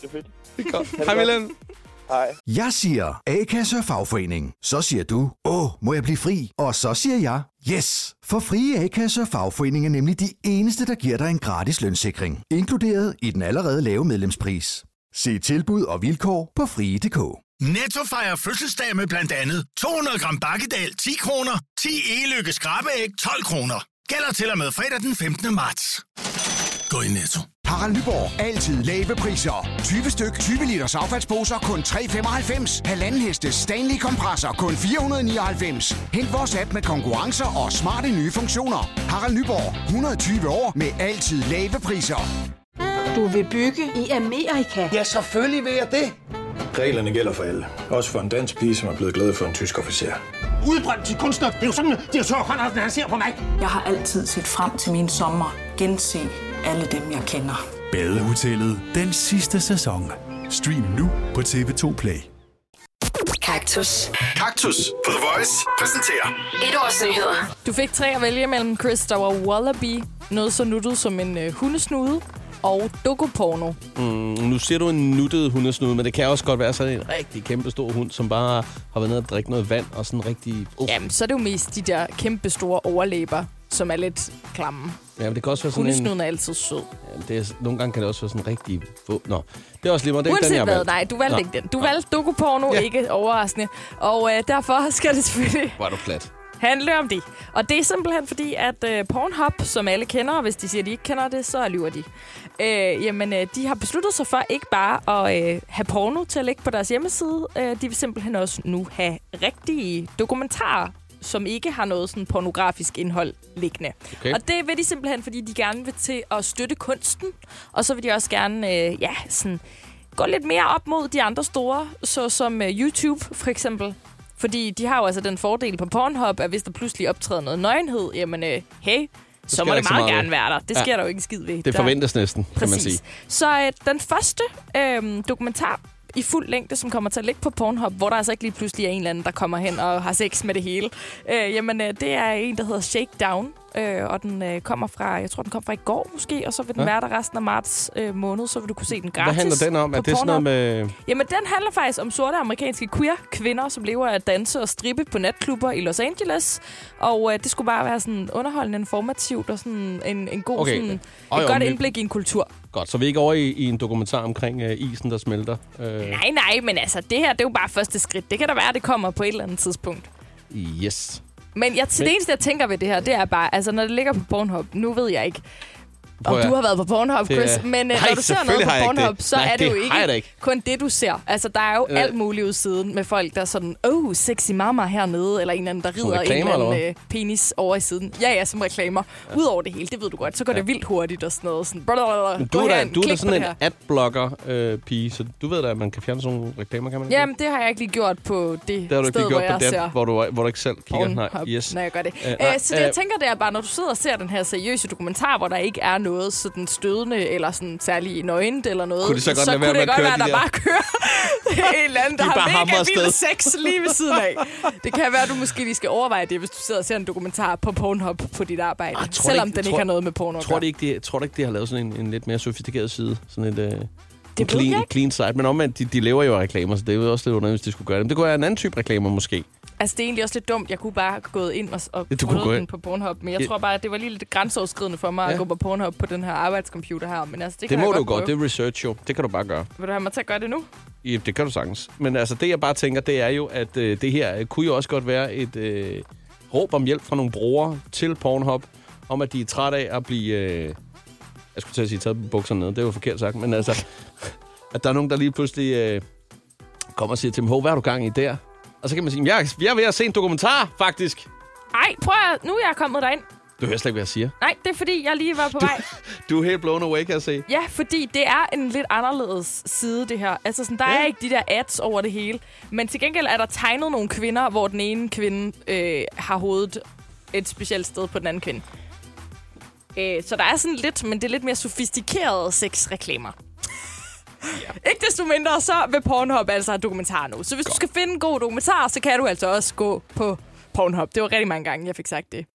[SPEAKER 5] Selvfølgelig.
[SPEAKER 3] Det er godt. Hej, Vilhelm.
[SPEAKER 5] Hej.
[SPEAKER 7] Jeg siger A-kasse og fagforening. Så siger du, åh, må jeg blive fri? Og så siger jeg, yes! For frie A-kasse og fagforening er nemlig de eneste, der giver dig en gratis lønssikring. Inkluderet i den allerede lave medlemspris. Se tilbud og vilkår på frie.dk.
[SPEAKER 8] Netto fejrer fødselsdag med blandt andet 200 gram bakkedal 10 kroner, 10 e-lykke skrabeæg 12 kroner. Gælder til og med fredag den 15. marts. Gå i Netto.
[SPEAKER 9] Harald Nyborg. Altid lave priser. 20 styk, 20 liters affaldsposer kun 3,95. Halvanden heste Stanley kompresser kun 499. Hent vores app med konkurrencer og smarte nye funktioner. Harald Nyborg. 120 år med altid lave priser.
[SPEAKER 10] Du vil bygge i Amerika?
[SPEAKER 9] Ja, selvfølgelig vil jeg det.
[SPEAKER 8] Reglerne gælder for alle. Også for en dansk pige, som er blevet glad for en tysk officer.
[SPEAKER 9] Udbrøndt til kunstner. Det er jo sådan, at de har han ser på mig.
[SPEAKER 10] Jeg har altid set frem til min sommer. Gense alle dem, jeg kender.
[SPEAKER 11] Badehotellet den sidste sæson. Stream nu på TV2 Play.
[SPEAKER 2] Kaktus.
[SPEAKER 1] Kaktus på The Voice præsenterer
[SPEAKER 2] Et års nyheder.
[SPEAKER 4] Du fik tre at vælge mellem Chris, der var Wallaby, noget så nuttet som en øh, hundesnude, og dokoporno.
[SPEAKER 3] Mm, Nu ser du en nuttet hundesnude, men det kan også godt være sådan en rigtig kæmpe stor hund, som bare har været nede og drikke noget vand og sådan rigtig... Uh.
[SPEAKER 4] Jamen, så er det jo mest de der kæmpe store overlæber, som er lidt klamme.
[SPEAKER 3] Ja, men det kan også være sådan en...
[SPEAKER 4] Hundesnuden er altid sød.
[SPEAKER 3] Jamen, det er, nogle gange kan det også være sådan en rigtig... Få. Nå, det er også lige meget. Det er ikke den,
[SPEAKER 4] Uanset
[SPEAKER 3] jeg
[SPEAKER 4] hvad,
[SPEAKER 3] valgte.
[SPEAKER 4] nej, du valgte
[SPEAKER 3] Nå.
[SPEAKER 4] ikke den. Du valgte dokoporno,
[SPEAKER 3] Ja.
[SPEAKER 4] ikke overraskende. Og øh, derfor skal det selvfølgelig
[SPEAKER 3] Var du plat?
[SPEAKER 4] handle om det. Og det er simpelthen fordi, at øh, Pornhub, som alle kender, og hvis de siger, at de ikke kender det, så lyver de. Øh, jamen, øh, de har besluttet sig for ikke bare at øh, have porno til at ligge på deres hjemmeside. Øh, de vil simpelthen også nu have rigtige dokumentarer som ikke har noget sådan pornografisk indhold liggende.
[SPEAKER 3] Okay.
[SPEAKER 4] Og det vil de simpelthen, fordi de gerne vil til at støtte kunsten, og så vil de også gerne, øh, ja, sådan gå lidt mere op mod de andre store, såsom øh, YouTube for eksempel. Fordi de har jo altså den fordel på Pornhub, at hvis der pludselig optræder noget nøgenhed, jamen øh, hey, så
[SPEAKER 3] sker
[SPEAKER 4] må
[SPEAKER 3] der
[SPEAKER 4] det
[SPEAKER 3] ikke så
[SPEAKER 4] meget
[SPEAKER 3] meget
[SPEAKER 4] gerne
[SPEAKER 3] ved.
[SPEAKER 4] være der. Det
[SPEAKER 3] Ja.
[SPEAKER 4] sker der jo ikke en skid ved.
[SPEAKER 3] Det
[SPEAKER 4] Der-
[SPEAKER 3] forventes næsten, kan man sige.
[SPEAKER 4] Så øh, den første øh, dokumentar i fuld længde, som kommer til at ligge på Pornhub, hvor der altså ikke lige pludselig er en eller anden, der kommer hen og har sex med det hele. Øh, jamen, øh, det er en, der hedder Shakedown, øh, og den øh, kommer fra, jeg tror, den kom fra i går måske, og så vil den
[SPEAKER 3] Ja.
[SPEAKER 4] ja. være der resten af marts øh, måned, så vil du kunne se den gratis
[SPEAKER 3] Hvad handler den om?
[SPEAKER 4] på
[SPEAKER 3] Er det sådan noget
[SPEAKER 4] Pornhub.
[SPEAKER 3] med...
[SPEAKER 4] Jamen, den handler faktisk om sorte amerikanske queer-kvinder, som lever af at danse og strippe på natklubber i Los Angeles. Og øh, det skulle bare være sådan underholdende, informativt og sådan en, en god,
[SPEAKER 3] Okay.
[SPEAKER 4] okay. sådan, et
[SPEAKER 3] Ej, jo,
[SPEAKER 4] godt
[SPEAKER 3] men-
[SPEAKER 4] indblik i en kultur.
[SPEAKER 3] Godt, så vi er ikke over i, i en dokumentar omkring øh, isen, der smelter. Øh,
[SPEAKER 4] Nej, nej, men altså, det her, det er jo bare første skridt. Det kan da være, at det kommer på et eller andet tidspunkt.
[SPEAKER 3] yes.
[SPEAKER 4] Men jeg, til
[SPEAKER 3] Men-
[SPEAKER 4] det eneste, jeg tænker ved det her, det er bare, altså, når det ligger på Pornhub, nu ved jeg ikke, om
[SPEAKER 3] Prøv at-
[SPEAKER 4] du har været på Pornhub,
[SPEAKER 3] Det er-
[SPEAKER 4] Chris, men
[SPEAKER 3] Nej,
[SPEAKER 4] øh, når du ser noget
[SPEAKER 3] selvfølgelig
[SPEAKER 4] på
[SPEAKER 3] har jeg ikke
[SPEAKER 4] Pornhub,
[SPEAKER 3] det.
[SPEAKER 4] så
[SPEAKER 3] Nej,
[SPEAKER 4] er det,
[SPEAKER 3] det
[SPEAKER 4] jo
[SPEAKER 3] har jeg da
[SPEAKER 4] ikke,
[SPEAKER 3] ikke.
[SPEAKER 4] kun det, du ser. Altså, der er jo
[SPEAKER 3] Øh.
[SPEAKER 4] alt muligt ud siden med folk, der er sådan, oh, sexy mama hernede, eller en eller anden, der rider en
[SPEAKER 3] reklamer,
[SPEAKER 4] eller anden
[SPEAKER 3] eller hvad?
[SPEAKER 4] øh, penis over i siden. Ja, ja, som reklamer. Udover det hele, det ved du godt, så går det vildt hurtigt og sådan noget. Sådan,
[SPEAKER 3] Men
[SPEAKER 4] blablabla,
[SPEAKER 3] du,
[SPEAKER 4] gå
[SPEAKER 3] er da,
[SPEAKER 4] herind,
[SPEAKER 3] du er da
[SPEAKER 4] klik på
[SPEAKER 3] sådan
[SPEAKER 4] det her.
[SPEAKER 3] en adblocker-pige, så du ved da, at man kan fjerne sådan nogle reklamer, kan man ikke?
[SPEAKER 4] Jamen, det har jeg ikke lige gjort på det,
[SPEAKER 3] det har du
[SPEAKER 4] sted,
[SPEAKER 3] ikke
[SPEAKER 4] hvor
[SPEAKER 3] gjort
[SPEAKER 4] jeg
[SPEAKER 3] på den,
[SPEAKER 4] ser.
[SPEAKER 3] hvor du, hvor du ikke selv kigger.
[SPEAKER 4] Pornhub,
[SPEAKER 3] Nej, yes.
[SPEAKER 4] når jeg gør det.
[SPEAKER 3] Øh,
[SPEAKER 4] Øh,
[SPEAKER 3] nej,
[SPEAKER 4] så det, jeg
[SPEAKER 3] øh,
[SPEAKER 4] tænker, det er bare, når du sidder og ser den her seriøse dokumentar, hvor der ikke er noget sådan stødende eller sådan særlig nøgent eller noget,
[SPEAKER 3] Kunne det så godt lade være
[SPEAKER 4] kunne
[SPEAKER 3] med
[SPEAKER 4] det
[SPEAKER 3] at
[SPEAKER 4] godt
[SPEAKER 3] køre
[SPEAKER 4] være,
[SPEAKER 3] de
[SPEAKER 4] der,
[SPEAKER 3] der-
[SPEAKER 4] bare
[SPEAKER 3] [LAUGHS]
[SPEAKER 4] kører en eller anden, der
[SPEAKER 3] De bare
[SPEAKER 4] har
[SPEAKER 3] hamrer
[SPEAKER 4] mega vild
[SPEAKER 3] afsted.
[SPEAKER 4] sex lige ved siden
[SPEAKER 3] [LAUGHS]
[SPEAKER 4] af. Det kan være, du måske lige skal overveje det, hvis du sidder og ser en dokumentar på Pornhub på dit arbejde,
[SPEAKER 3] Ah, tror du
[SPEAKER 4] selvom
[SPEAKER 3] ikke-
[SPEAKER 4] den
[SPEAKER 3] tror-
[SPEAKER 4] ikke har noget med porno at
[SPEAKER 3] Tror
[SPEAKER 4] gøre.
[SPEAKER 3] du ikke, det, tror du ikke, det har lavet sådan en, en lidt mere sofistikeret side? Sådan et, øh, en
[SPEAKER 4] Det ved jeg
[SPEAKER 3] clean,
[SPEAKER 4] ikke.
[SPEAKER 3] clean site. Men omvendt, de, de lever jo af reklamer, så det er jo også lidt underligt, hvis de skulle gøre det. Men det kunne være en anden type reklamer måske.
[SPEAKER 4] Altså, det er egentlig også lidt dumt. Jeg kunne bare have gået ind og, og
[SPEAKER 3] Ja, du kunne
[SPEAKER 4] fundet
[SPEAKER 3] gå
[SPEAKER 4] den
[SPEAKER 3] ind.
[SPEAKER 4] på Pornhub, men jeg
[SPEAKER 3] Ja.
[SPEAKER 4] tror bare, at det var lige lidt grænseoverskridende for mig ja.
[SPEAKER 3] Ja.
[SPEAKER 4] at gå på Pornhub på den her arbejdscomputer her. Men altså, det,
[SPEAKER 3] Det,
[SPEAKER 4] kan
[SPEAKER 3] det må
[SPEAKER 4] jeg
[SPEAKER 3] du godt.
[SPEAKER 4] prøve.
[SPEAKER 3] Det er research jo. Det kan du bare gøre.
[SPEAKER 4] Vil du have mig til at gøre det nu?
[SPEAKER 3] Ja, det kan du sagtens. Men altså, det jeg bare tænker, det er jo, at øh, det her øh, kunne jo også godt være et øh, råb om hjælp fra nogle brugere til Pornhub, om at de er trætte af at blive... Øh, jeg skulle til at sige, taget bukserne ned. Det er jo forkert sagt, men altså... [LAUGHS] at der er nogen, der lige pludselig øh, kommer og siger til dem, "Hov, hvad har du gang i der? Og så kan man sige, jeg, jeg er ved at se en dokumentar, faktisk.
[SPEAKER 4] Ej, prøv at, nu er jeg kommet derind.
[SPEAKER 3] Du hører slet ikke, hvad jeg siger.
[SPEAKER 4] Nej, det er fordi, jeg lige var på vej.
[SPEAKER 3] Du er helt blown away, kan jeg se.
[SPEAKER 4] Ja, fordi det er en lidt anderledes side, det her. Altså, sådan, der ja. er ikke de der ads over det hele. Men til gengæld er der tegnet nogle kvinder, hvor den ene kvinde øh, har hovedet et specielt sted på den anden kvinde. Øh, så der er sådan lidt, men det er lidt mere sofistikerede sexreklamer. Ja. Ikke desto mindre, så vil Pornhub altså have dokumentarer nu. Så hvis du skal finde en god dokumentar, så kan du altså også gå på Pornhub. Det var rigtig mange gange, jeg fik sagt det.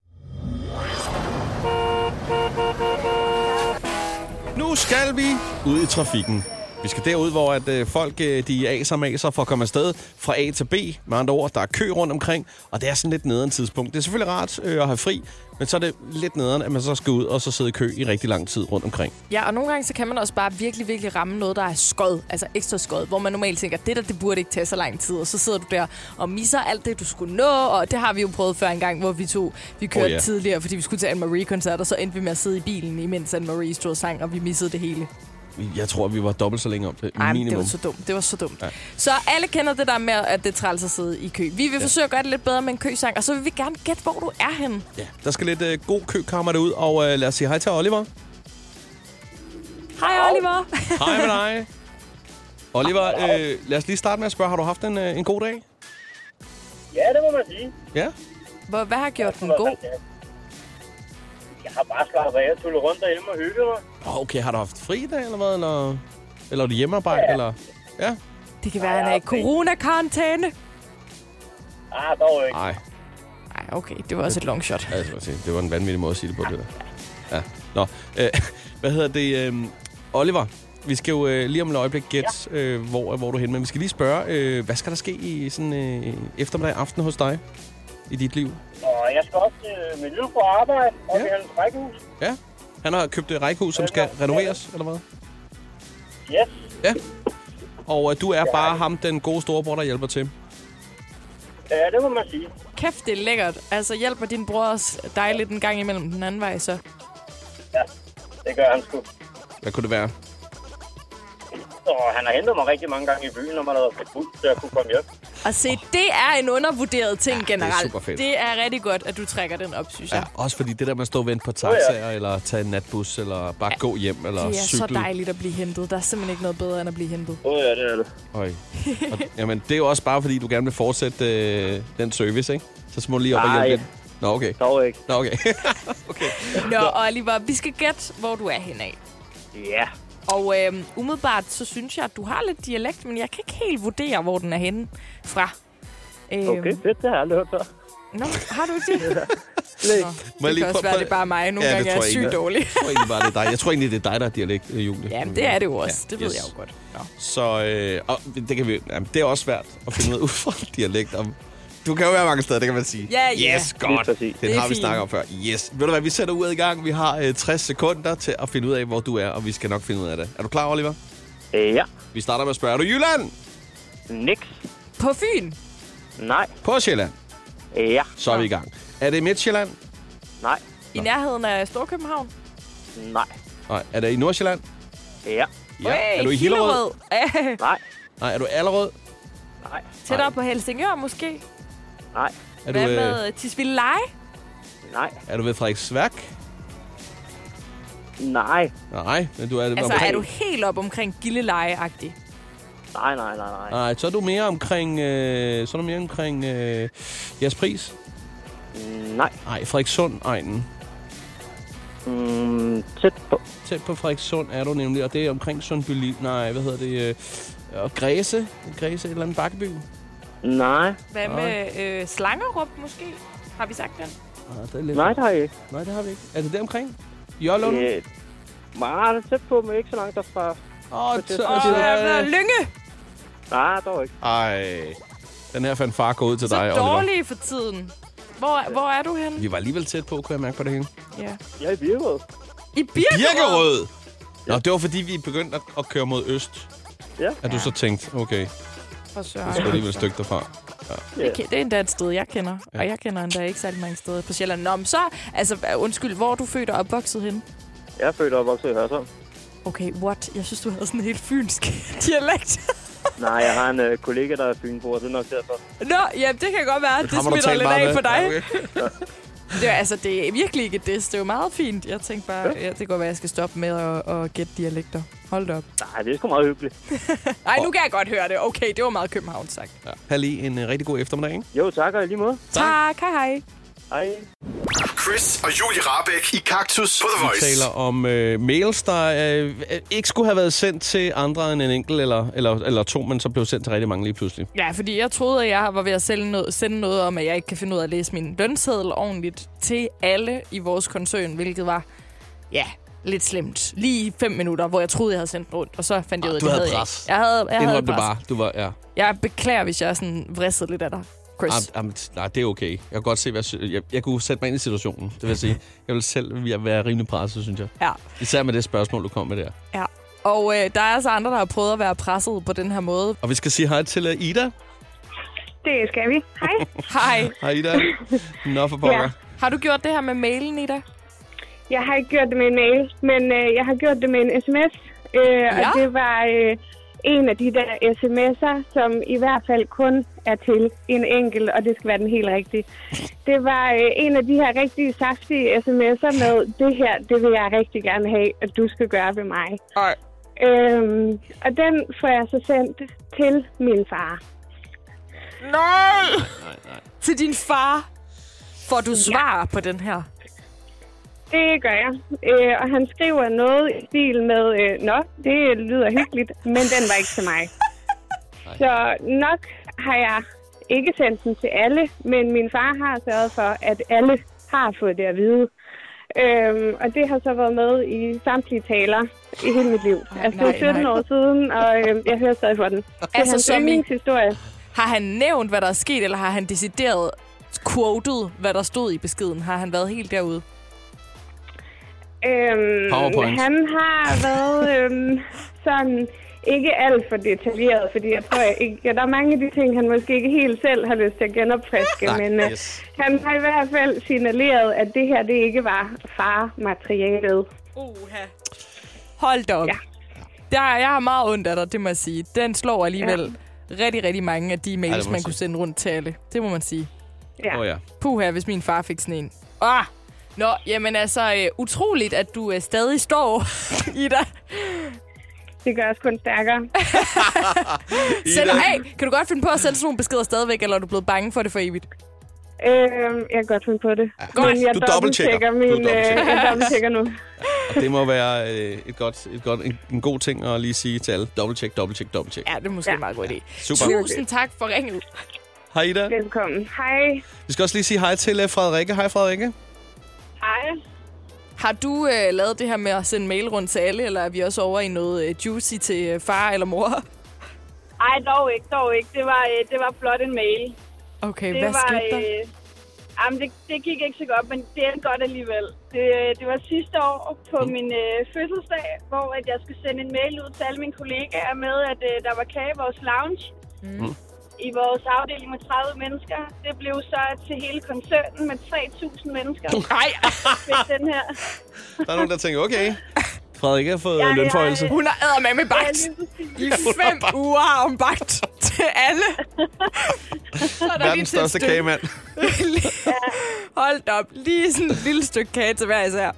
[SPEAKER 3] Nu skal vi ud i trafikken. Vi skal derud, hvor at, øh, folk øh, de aser maser for at komme afsted fra A til B. Med andre ord, der er kø rundt omkring, og det er sådan lidt nederen tidspunkt. Det er selvfølgelig rart øh, at have fri, men så er det lidt nederen, at man så skal ud og så sidde i kø i rigtig lang tid rundt omkring.
[SPEAKER 4] Ja, og nogle gange så kan man også bare virkelig, virkelig ramme noget, der er skod, altså ekstra skod, hvor man normalt tænker, det der, det burde ikke tage så lang tid, og så sidder du der og misser alt det, du skulle nå, og det har vi jo prøvet før en gang, hvor vi to, vi kørte oh,
[SPEAKER 3] ja.
[SPEAKER 4] yeah. tidligere, fordi vi skulle til Anne-Marie-koncert, og så endte vi med at sidde i bilen, imens Anne-Marie stod og sang, og vi missede det hele.
[SPEAKER 3] Jeg tror, vi var dobbelt så længe om det.
[SPEAKER 4] Ej, men det
[SPEAKER 3] minimum.
[SPEAKER 4] var så dumt. Det var så dumt.
[SPEAKER 3] Ja.
[SPEAKER 4] Så alle kender det der med, at det er træls at sidde i kø. Vi vil ja. forsøge at gøre det lidt bedre med en køsang, og så vil vi gerne gætte, hvor du er henne.
[SPEAKER 3] Ja, der skal lidt øh, god køkammer derud, og øh, lad os sige hej til Oliver.
[SPEAKER 4] Hej, Oliver. [LAUGHS]
[SPEAKER 3] Hej med dig. Oliver, øh, lad os lige starte med at spørge, har du haft en, øh, en god dag?
[SPEAKER 6] Ja, det må man sige.
[SPEAKER 3] Ja?
[SPEAKER 4] Hvor, hvad har gjort den god?
[SPEAKER 6] Jeg har bare slappet af og tullet rundt derhjemme og hygget mig.
[SPEAKER 3] Åh, Okay, har du haft fri i dag, eller hvad? Eller, eller er du hjemmearbejde, ja. eller... Ja.
[SPEAKER 4] Det kan være, at han er i corona-karantæne.
[SPEAKER 6] Ah, dog ikke.
[SPEAKER 3] Nej.
[SPEAKER 4] Nej, okay. Det var også et long shot.
[SPEAKER 3] Ja, det var, det var en vanvittig måde at sige det på, det der. Ja. Nå, øh, [LAUGHS] hvad hedder det? Øh, Oliver, vi skal jo øh, lige om et øjeblik gætte, ja. øh, hvor, hvor du er henne. Men vi skal lige spørge, øh, hvad skal der ske i sådan øh, eftermiddag aften hos dig? I dit liv?
[SPEAKER 6] Og jeg skal også øh, med lyd på arbejde og ja. hans rækkehus.
[SPEAKER 3] Ja. Han har købt et rækkehus, som skal renoveres, eller hvad?
[SPEAKER 6] Yes.
[SPEAKER 3] Ja. Og øh, du er bare ham, den gode storebror, der hjælper til.
[SPEAKER 6] Ja, det må man sige.
[SPEAKER 4] Kæft, det er lækkert. Altså, hjælper din bror også dig lidt en gang imellem den anden vej, så?
[SPEAKER 6] Det gør han sgu.
[SPEAKER 3] Hvad kunne det være?
[SPEAKER 6] Og han har hentet mig rigtig mange gange i byen, når man har været på bus, så jeg kunne komme hjem.
[SPEAKER 4] Og se, det er en undervurderet ting ja, generelt.
[SPEAKER 3] super fedt.
[SPEAKER 4] Det er rigtig godt, at du trækker den op, synes jeg.
[SPEAKER 3] Ja, også fordi det der med at stå og vente på
[SPEAKER 6] ja.
[SPEAKER 3] taxaer, eller tage en natbus, eller bare ja. gå hjem, eller
[SPEAKER 4] det er
[SPEAKER 3] cykle.
[SPEAKER 4] så dejligt at blive hentet. Der er simpelthen ikke noget bedre, end at blive hentet.
[SPEAKER 6] Åh ja, det er det.
[SPEAKER 3] Øj. Og, jamen, det er jo også bare, fordi du gerne vil fortsætte øh, den service, ikke? Så små lige op
[SPEAKER 6] Nej.
[SPEAKER 3] og hjælpe lidt. Nå, okay.
[SPEAKER 6] Dog ikke.
[SPEAKER 3] Nå, okay.
[SPEAKER 4] Nå, Oliver, vi skal gætte, hvor du er henad.
[SPEAKER 6] Ja.
[SPEAKER 4] Og øhm, umiddelbart, så synes jeg, at du har lidt dialekt, men jeg kan ikke helt vurdere, hvor den er henne fra. Øhm,
[SPEAKER 6] Okay, fedt. Det har jeg aldrig hørt før.
[SPEAKER 4] Nå, har du ikke det?
[SPEAKER 3] [LAUGHS]
[SPEAKER 6] Slet
[SPEAKER 3] Må jeg
[SPEAKER 4] det
[SPEAKER 3] lige
[SPEAKER 4] kan også
[SPEAKER 3] prøve-
[SPEAKER 4] være, det er bare mig. Nogle
[SPEAKER 3] det
[SPEAKER 4] gange er
[SPEAKER 3] tror
[SPEAKER 4] jeg
[SPEAKER 3] egentlig-
[SPEAKER 4] sygt dårlig. [LAUGHS]
[SPEAKER 3] Jeg tror egentlig bare, det er dig. Jeg tror egentlig, det er dig, der er dialekt, øh, Julie.
[SPEAKER 4] Jamen, det er det jo også. Det ved jeg jo godt. Nå.
[SPEAKER 3] Så øh, og det, kan vi, jamen, det er også svært at finde ud af [LAUGHS] ud fra dialekt. Om, du kan jo være mange steder, det kan man sige.
[SPEAKER 4] Ja, ja.
[SPEAKER 3] Yes, godt. Den
[SPEAKER 6] præcis.
[SPEAKER 3] det
[SPEAKER 4] Det er
[SPEAKER 3] har vi
[SPEAKER 4] fint.
[SPEAKER 3] snakket om før. Yes. Ved du hvad, vi sætter ud i gang. Vi har øh, 60 sekunder til at finde ud af, hvor du er, og vi skal nok finde ud af det. Er du klar, Oliver?
[SPEAKER 6] Ja.
[SPEAKER 3] Vi starter med at spørge, er du i Jylland?
[SPEAKER 6] Niks.
[SPEAKER 4] På Fyn?
[SPEAKER 6] Nej.
[SPEAKER 3] På Sjælland.
[SPEAKER 6] Ja.
[SPEAKER 3] Så er vi i gang. Er det i Midtjylland?
[SPEAKER 6] Nej.
[SPEAKER 4] I nærheden af Storkøbenhavn?
[SPEAKER 6] Nej.
[SPEAKER 3] Nej. Er det i Nordsjælland?
[SPEAKER 6] Ja.
[SPEAKER 4] Hey,
[SPEAKER 3] er du i Hillerød?
[SPEAKER 4] Hillerød.
[SPEAKER 6] Nej.
[SPEAKER 3] Nej, er du i Allerød?
[SPEAKER 6] Nej.
[SPEAKER 4] [LAUGHS] Tættere på Helsingør måske?
[SPEAKER 6] Nej.
[SPEAKER 3] Er du,
[SPEAKER 4] Hvad
[SPEAKER 3] øh,
[SPEAKER 4] med Tisvildeleje?
[SPEAKER 6] Nej.
[SPEAKER 3] er du ved Frederiksværk?
[SPEAKER 6] Nej.
[SPEAKER 3] Nej, men du er
[SPEAKER 4] Altså,
[SPEAKER 3] omkring...
[SPEAKER 4] er du helt op omkring Gilleleje-agtig?
[SPEAKER 6] Nej, nej, nej, nej.
[SPEAKER 3] Nej, så er du mere omkring... Øh, så er du mere omkring øh, jeres pris?
[SPEAKER 6] Nej.
[SPEAKER 3] Nej, Frederikssund-egnen.
[SPEAKER 6] Mm, tæt på.
[SPEAKER 3] Tæt på Frederikssund er du nemlig, og det er omkring Sundby Liv. Nej, hvad hedder det? Øh, og Græse. Græse, et eller andet bakkeby. Ah,
[SPEAKER 6] Nej.
[SPEAKER 4] Hvad
[SPEAKER 3] Nej.
[SPEAKER 4] med øh, Slangerup måske? Har vi sagt den?
[SPEAKER 3] Nej, det er lidt...
[SPEAKER 6] Nej, det har jeg ikke.
[SPEAKER 3] Nej, det har vi ikke. Er det der omkring? Jørlund?
[SPEAKER 6] Øh, meget tæt på, men ikke så langt derfra.
[SPEAKER 3] Åh,
[SPEAKER 12] det
[SPEAKER 3] tør-
[SPEAKER 4] Og øh, Lynge!
[SPEAKER 3] Nej, dog ikke. Ej, den her fanfare går ud til dig, Oliver.
[SPEAKER 4] Dårlige for tiden. Hvor, hvor er du henne?
[SPEAKER 3] Vi var alligevel tæt på, kunne jeg mærke på det hele.
[SPEAKER 4] Ja.
[SPEAKER 5] Jeg er i Birkerød.
[SPEAKER 4] I Birkerød?
[SPEAKER 3] Birkerød! Nå, det var fordi, vi begyndte at, at køre mod øst.
[SPEAKER 5] Ja.
[SPEAKER 3] At du så tænkte, okay,
[SPEAKER 4] For
[SPEAKER 3] det skulle
[SPEAKER 4] søren.
[SPEAKER 3] alligevel et stykke derfra. Ja.
[SPEAKER 4] Det, kan- det er endda et sted, jeg kender. Ja. Og jeg kender endda ikke særlig mange steder på Sjælland. Nå, men så, altså, hva- undskyld, hvor er du født og opvokset henne?
[SPEAKER 5] Jeg er født og opvokset i Hørsholm.
[SPEAKER 4] Okay, what? Jeg synes, du havde sådan en helt fynsk [LAUGHS] dialekt.
[SPEAKER 5] Nej, jeg har en øh, kollega, der er fynbo, og det er nok derfor.
[SPEAKER 4] Nå, ja, det kan godt være, at det
[SPEAKER 5] rammer du
[SPEAKER 4] smitter
[SPEAKER 5] talt
[SPEAKER 4] lidt
[SPEAKER 5] meget
[SPEAKER 4] af
[SPEAKER 5] med.
[SPEAKER 4] for dig.
[SPEAKER 5] Ja,
[SPEAKER 4] Det er, altså, det er virkelig ikke et diss. Det er jo meget fint. Jeg tænkte bare, ja, det kan godt være, jeg skal stoppe med at, at gætte dialekter. Hold da op.
[SPEAKER 5] Nej, det er sgu meget hyggeligt.
[SPEAKER 4] Nej, nu kan jeg godt høre det. Okay, det var meget København sagt.
[SPEAKER 3] Ja. Her lige en uh, rigtig god eftermiddag, ikke?
[SPEAKER 5] Jo, tak og i lige måde.
[SPEAKER 4] Tak, hej hej.
[SPEAKER 5] Hej.
[SPEAKER 1] Chris og Julie Rabeck i Kaktus på The
[SPEAKER 3] Vi
[SPEAKER 1] Voice.
[SPEAKER 3] taler om øh, mails, der øh, ikke skulle have været sendt til andre end en enkelt eller, eller, eller to, men så blev sendt til rigtig mange lige pludselig.
[SPEAKER 4] Ja, fordi jeg troede, at jeg var ved at sælge noget, sende noget om, at jeg ikke kan finde ud af at læse min lønseddel ordentligt til alle i vores koncern, hvilket var, ja, lidt slemt. Lige fem minutter, hvor jeg troede, jeg havde sendt den rundt, og så fandt jeg ud af,
[SPEAKER 3] Du
[SPEAKER 4] det
[SPEAKER 3] havde
[SPEAKER 4] jeg
[SPEAKER 3] pres.
[SPEAKER 4] ikke. Jeg havde, jeg havde
[SPEAKER 3] Indrøm det
[SPEAKER 4] pres.
[SPEAKER 3] bare. Du var, ja.
[SPEAKER 4] Jeg beklager, hvis jeg sådan vridsede lidt af dig, Chris.
[SPEAKER 3] Am, am, t- Ah, nej, det er okay. Jeg kan godt se, hvad jeg, sy- jeg, jeg kunne sætte mig ind i situationen, det vil jeg sige. Jeg vil selv jeg være rimelig presset, synes jeg.
[SPEAKER 4] Ja.
[SPEAKER 3] Især med det spørgsmål, du kom med der.
[SPEAKER 4] Ja. Og øh, der er altså andre, der har prøvet at være presset på den her måde.
[SPEAKER 3] Og vi skal sige hej til øh, Ida.
[SPEAKER 13] Det skal vi. Hej.
[SPEAKER 4] [LAUGHS] Hej.
[SPEAKER 3] Hej Ida. Nå for pokker.
[SPEAKER 13] Ja.
[SPEAKER 4] Har du gjort det her med mailen, Ida?
[SPEAKER 13] Jeg har ikke gjort det med en mail, men øh, jeg har gjort det med en sms. Øh, ja. Og
[SPEAKER 4] Ja.
[SPEAKER 13] det var øh, en af de der sms'er, som i hvert fald kun er til en enkelt, og det skal være den helt rigtige. Det var øh, en af de her rigtig saftige sms'er med, det her, det vil jeg rigtig gerne have, at du skal gøre ved mig.
[SPEAKER 4] Ej.
[SPEAKER 13] Øhm, og den får jeg så sendt til min far.
[SPEAKER 4] Nej! Til din far får du svar ja. på den her.
[SPEAKER 13] Det gør jeg. Øh, og han skriver noget i stil med, øh, Nå, det lyder hyggeligt, men den var ikke til mig. Så nok har jeg ikke sendt den til alle, men min far har sørget for, at alle har fået det at vide. Øhm, og det har så været med i samtlige taler i hele mit liv.
[SPEAKER 4] Ej,
[SPEAKER 13] altså, det
[SPEAKER 4] nej,
[SPEAKER 13] er 17
[SPEAKER 4] nej.
[SPEAKER 13] år siden, og øh, jeg hører stadig for den. Det er
[SPEAKER 4] Altså,
[SPEAKER 13] hans
[SPEAKER 4] som i-
[SPEAKER 13] yndlingshistorie.
[SPEAKER 4] Har han nævnt, hvad der er sket, eller har han decideret quoted, hvad der stod i beskeden? Har han været helt derude?
[SPEAKER 13] Øhm,
[SPEAKER 4] PowerPoint.
[SPEAKER 13] Han har
[SPEAKER 3] Altså.
[SPEAKER 13] været øhm, sådan ikke alt for detaljeret, fordi jeg tror jeg ikke, ja, der er mange af de ting, han måske ikke helt selv har lyst til at genopfriske,
[SPEAKER 14] Nej,
[SPEAKER 13] men øh,
[SPEAKER 14] yes.
[SPEAKER 13] han har i hvert fald signaleret, at det her det ikke var farmaterialet.
[SPEAKER 4] Uha. Hold da op. Ja. Der, jeg har meget ondt af dig, det må jeg sige. Den slår alligevel ja. rigtig, rigtig mange af de
[SPEAKER 3] Ja, det
[SPEAKER 4] mails,
[SPEAKER 3] må
[SPEAKER 4] ja,
[SPEAKER 3] man
[SPEAKER 4] man kunne
[SPEAKER 3] sige.
[SPEAKER 4] sende rundt til alle. Det må man sige.
[SPEAKER 13] Ja.
[SPEAKER 3] Oh, ja.
[SPEAKER 4] Puh her, hvis min far fik sådan en. Ah! Nå, jamen altså, øh, utroligt, at du øh, stadig står, [LAUGHS] Ida.
[SPEAKER 13] Det gør os kun stærkere.
[SPEAKER 4] Send, hey, kan du godt finde på at sende sådan nogle beskeder stadigvæk, eller er du blevet bange for det for evigt?
[SPEAKER 13] Øhm, jeg kan godt finde på det.
[SPEAKER 3] Godt.
[SPEAKER 13] Men jeg
[SPEAKER 3] Du dobbelttjekker. Du
[SPEAKER 13] min, øh,
[SPEAKER 3] dobbelttjekker.
[SPEAKER 13] jeg dobbelttjekker nu.
[SPEAKER 3] Og det må være øh, et godt, et godt, en, en god ting at lige sige til alle. Dobbelt tjek, dobbelt tjek, dobbelt tjek.
[SPEAKER 4] Ja, det er måske ja. en meget god idé.
[SPEAKER 3] Super.
[SPEAKER 4] Tusind tak for ringet.
[SPEAKER 3] Hej Ida.
[SPEAKER 13] Velkommen. Hej.
[SPEAKER 3] Vi skal også lige sige hej til øh, Frederikke. Hej Frederikke.
[SPEAKER 13] Hej.
[SPEAKER 4] Har du øh, lavet det her med at sende mail rundt til alle, eller er vi også over i noget øh, juicy til øh, far eller mor?
[SPEAKER 14] Ej, dog ikke, dog ikke. Det var, øh, det var flot en mail.
[SPEAKER 4] Okay,
[SPEAKER 14] det
[SPEAKER 4] hvad skete der?
[SPEAKER 14] Øh, jamen, det, det gik ikke så godt, men det endte godt alligevel. Det, øh, det var sidste år på
[SPEAKER 4] Mm.
[SPEAKER 14] min øh, fødselsdag, hvor at jeg skulle sende en mail ud til alle mine kollegaer med, at øh, der var kage i vores lounge
[SPEAKER 3] Mm.
[SPEAKER 14] i vores afdeling med 30 mennesker. Det blev så til hele koncernen med 3.000 mennesker.
[SPEAKER 4] Nej!
[SPEAKER 14] den
[SPEAKER 4] [LAUGHS]
[SPEAKER 14] her.
[SPEAKER 3] Der er nogen, der tænker, okay, Frederikke har fået
[SPEAKER 14] Ja,
[SPEAKER 3] ja,
[SPEAKER 14] ja,
[SPEAKER 3] lønforhøjelse.
[SPEAKER 14] ja.
[SPEAKER 4] Hun har æder med med bagt
[SPEAKER 14] Ja, lige
[SPEAKER 4] i
[SPEAKER 14] [LAUGHS]
[SPEAKER 4] fem uger om bagt til alle. Så er der lige
[SPEAKER 3] Verdens
[SPEAKER 4] til et
[SPEAKER 3] største
[SPEAKER 4] stykke-
[SPEAKER 3] kagemand.
[SPEAKER 4] [LAUGHS] Hold da op. Lige sådan et lille stykke kage til hver især.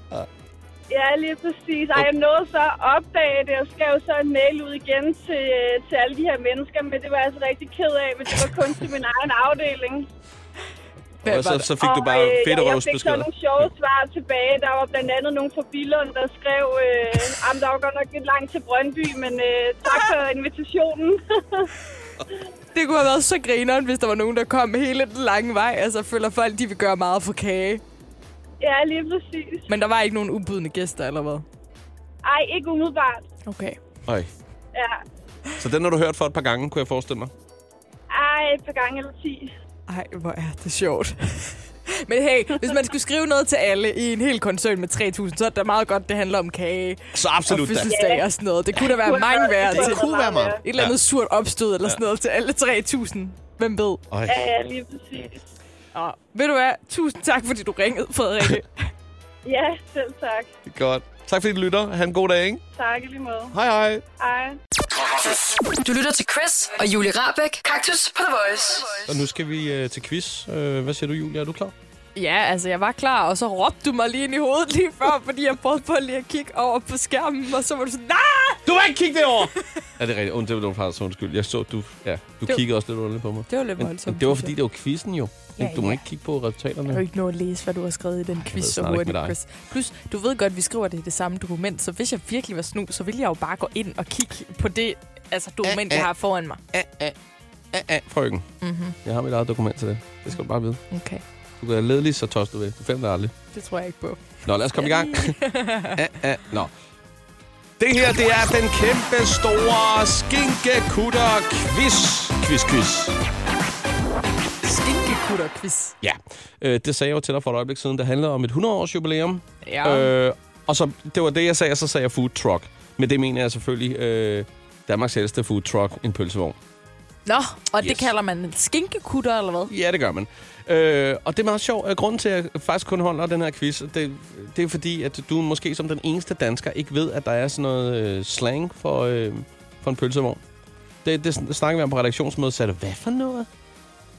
[SPEAKER 14] Ja, lige præcis. Ej, jeg nåede så at opdage det, og skrev så en mail ud igen til, øh, til alle de her mennesker, men det var jeg altså rigtig ked af, men det var kun til min egen afdeling.
[SPEAKER 3] Og så, så fik du bare
[SPEAKER 14] øh,
[SPEAKER 3] fedt
[SPEAKER 14] jeg,
[SPEAKER 3] og
[SPEAKER 14] jeg fik så
[SPEAKER 3] beskeder.
[SPEAKER 14] nogle sjove svar tilbage. Der var blandt andet nogen fra Billund, der skrev, øh, "Am, der var godt nok lidt langt til Brøndby, men øh, tak for invitationen. [LAUGHS]
[SPEAKER 4] Det kunne have været så grineren, hvis der var nogen, der kom hele den lange vej. Altså, jeg føler folk, de vil gøre meget for kage.
[SPEAKER 14] ja, lige præcis.
[SPEAKER 4] Men der var ikke nogen ubydende gæster, eller hvad?
[SPEAKER 14] Ej, ikke umiddelbart.
[SPEAKER 4] Okay.
[SPEAKER 3] Øj.
[SPEAKER 14] Ja.
[SPEAKER 3] Så den har du hørt for et par gange, kunne jeg forestille mig.
[SPEAKER 14] Ej, et par gange eller ti.
[SPEAKER 4] Ej, hvor er det sjovt. [LAUGHS] Men hey, hvis man skulle skrive noget til alle i en hel koncern med 3.000, så er det da meget godt, det handler om kage
[SPEAKER 3] Så absolut
[SPEAKER 4] og
[SPEAKER 3] da.
[SPEAKER 4] fødselsdag og sådan noget. Det kunne da være mange værd.
[SPEAKER 3] Det kunne være mange.
[SPEAKER 4] Et eller andet
[SPEAKER 3] Ja.
[SPEAKER 4] surt opstød eller
[SPEAKER 3] Ja.
[SPEAKER 4] sådan noget til alle 3.000. Hvem ved?
[SPEAKER 3] Ej.
[SPEAKER 14] Ja, ja, lige præcis.
[SPEAKER 4] Og ved du hvad? Tusind tak, fordi du ringede, Frederikke.
[SPEAKER 14] Ja, selv tak.
[SPEAKER 3] Det er godt. Tak fordi du lytter. Ha' en god dag, ikke?
[SPEAKER 14] Tak i lige måde.
[SPEAKER 3] Hej hej.
[SPEAKER 14] Hej.
[SPEAKER 2] Du lytter til Chris og Julie Rabeck. Kaktus på The Voice.
[SPEAKER 3] Og nu skal vi øh, til quiz. Øh, hvad siger du, Julia? Er du klar?
[SPEAKER 4] ja, altså, jeg var klar, og så råbte du mig lige ind i hovedet lige før, fordi jeg prøvede på lige at kigge over på skærmen, og så var du sådan, nej!
[SPEAKER 3] Du må ikke kigge derovre! [LAUGHS] Ja, det er rigtigt. Und, det var faktisk undskyld. Jeg så, du, ja, du
[SPEAKER 4] Det var-
[SPEAKER 3] kiggede også lidt underligt på mig.
[SPEAKER 4] Det var lidt
[SPEAKER 3] Men-
[SPEAKER 4] voldsomt,
[SPEAKER 3] Men det var,
[SPEAKER 4] synes
[SPEAKER 3] fordi det var quizzen jo.
[SPEAKER 4] Ja,
[SPEAKER 3] Ja, du må
[SPEAKER 4] ja.
[SPEAKER 3] ikke kigge på resultaterne.
[SPEAKER 4] Jeg har jo ikke nået at læse, hvad du har skrevet i den quiz
[SPEAKER 3] ved
[SPEAKER 4] så
[SPEAKER 3] snart ikke
[SPEAKER 4] hurtigt,
[SPEAKER 3] med dig.
[SPEAKER 4] Chris. Plus, du ved godt, at vi skriver det i det samme dokument, så hvis jeg virkelig var snu, så ville jeg jo bare gå ind og kigge på det altså, dokument, jeg har foran mig.
[SPEAKER 3] Ja, frøken.
[SPEAKER 4] Mhm.
[SPEAKER 3] Jeg har mit eget dokument til det. Det skal du bare vide.
[SPEAKER 4] Okay.
[SPEAKER 3] Du kan være ledelig, så tosset du ved. Du finder det aldrig.
[SPEAKER 4] Det tror jeg ikke på.
[SPEAKER 3] Nå, lad os komme i
[SPEAKER 4] [LAUGHS]
[SPEAKER 3] gang. ja, ja, nå. Det her, det er den kæmpe store skinkekutter quiz. Quiz, quiz.
[SPEAKER 4] Skinkekutter-quiz.
[SPEAKER 3] Ja, øh, det sagde jeg jo til dig for et øjeblik siden. Det handler om et 100-års jubilæum.
[SPEAKER 4] Ja.
[SPEAKER 3] Øh, og så, det var det, jeg sagde, og så sagde jeg food truck. Men det mener jeg selvfølgelig øh, Danmarks ældste food truck, en pølsevogn.
[SPEAKER 4] Nå, og yes. det kalder man en skinkekutter, eller hvad?
[SPEAKER 3] Ja, det gør man. Øh, og det er meget sjovt. Øh, Grunden til, at jeg faktisk kun holder den her quiz, det, det er fordi, at du måske som den eneste dansker ikke ved, at der er sådan noget øh, slang for, øh, for en pølsevogn. Det, det sn- snakkede vi om på redaktionsmødet, så er det, hvad for noget?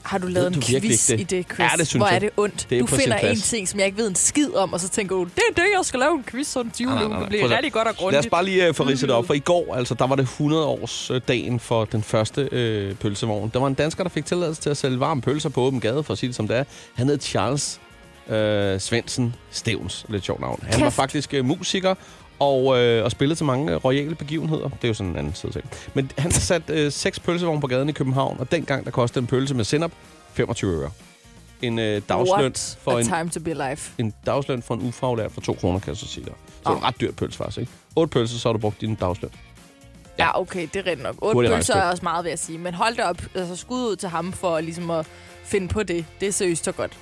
[SPEAKER 4] Har du
[SPEAKER 3] Ved
[SPEAKER 4] lavet en
[SPEAKER 3] du virkelig
[SPEAKER 4] quiz
[SPEAKER 3] ikke
[SPEAKER 4] i
[SPEAKER 3] det?
[SPEAKER 4] det, Chris?
[SPEAKER 3] Ja, det synes
[SPEAKER 4] Hvor er
[SPEAKER 3] jeg.
[SPEAKER 4] det ondt.
[SPEAKER 3] Det er
[SPEAKER 4] du
[SPEAKER 3] på sin
[SPEAKER 4] finder en
[SPEAKER 3] plads.
[SPEAKER 4] ting, som jeg ikke ved en skid om, og så tænker du, det er det, jeg skal lave en quiz om til jul. Det
[SPEAKER 3] Prøv
[SPEAKER 4] bliver
[SPEAKER 3] at-
[SPEAKER 4] rigtig godt
[SPEAKER 3] Lad
[SPEAKER 4] og
[SPEAKER 3] os
[SPEAKER 4] grundigt. Mm.
[SPEAKER 3] bare lige uh, få ridset det op, for i går, altså, der var det 100-årsdagen for den første øh, pølsevogn. Der var en dansker, der fik tilladelse til at sælge varme pølser på åben gade, for at sige det som det er. Han hed Charles øh, Svendsen Stevens, lidt sjovt navn. Han var
[SPEAKER 11] Kæft.
[SPEAKER 3] faktisk øh, musiker og, øh, og spillede til mange øh, royale begivenheder. Det er jo sådan en anden side ting. Men han satte øh, seks pølsevogne på gaden i København, og dengang der kostede en pølse med sennep 25 øre. En øh, dagsløn
[SPEAKER 4] What
[SPEAKER 3] for
[SPEAKER 4] a
[SPEAKER 3] en
[SPEAKER 4] time to be alive.
[SPEAKER 3] en dagsløn for en ufaglært for 2 kroner, kan jeg så sige dig. Så det er en ret dyr pølse faktisk, ikke? 8 pølser, så har du brugt din dagsløn.
[SPEAKER 4] Ja, okay, det er rigtigt nok. Otte
[SPEAKER 3] Hurtigt
[SPEAKER 4] pølser er
[SPEAKER 3] regnestykke.
[SPEAKER 4] også meget, vil jeg sige. Men hold da op, altså skud ud til ham for ligesom at finde på det. Det er seriøst så godt.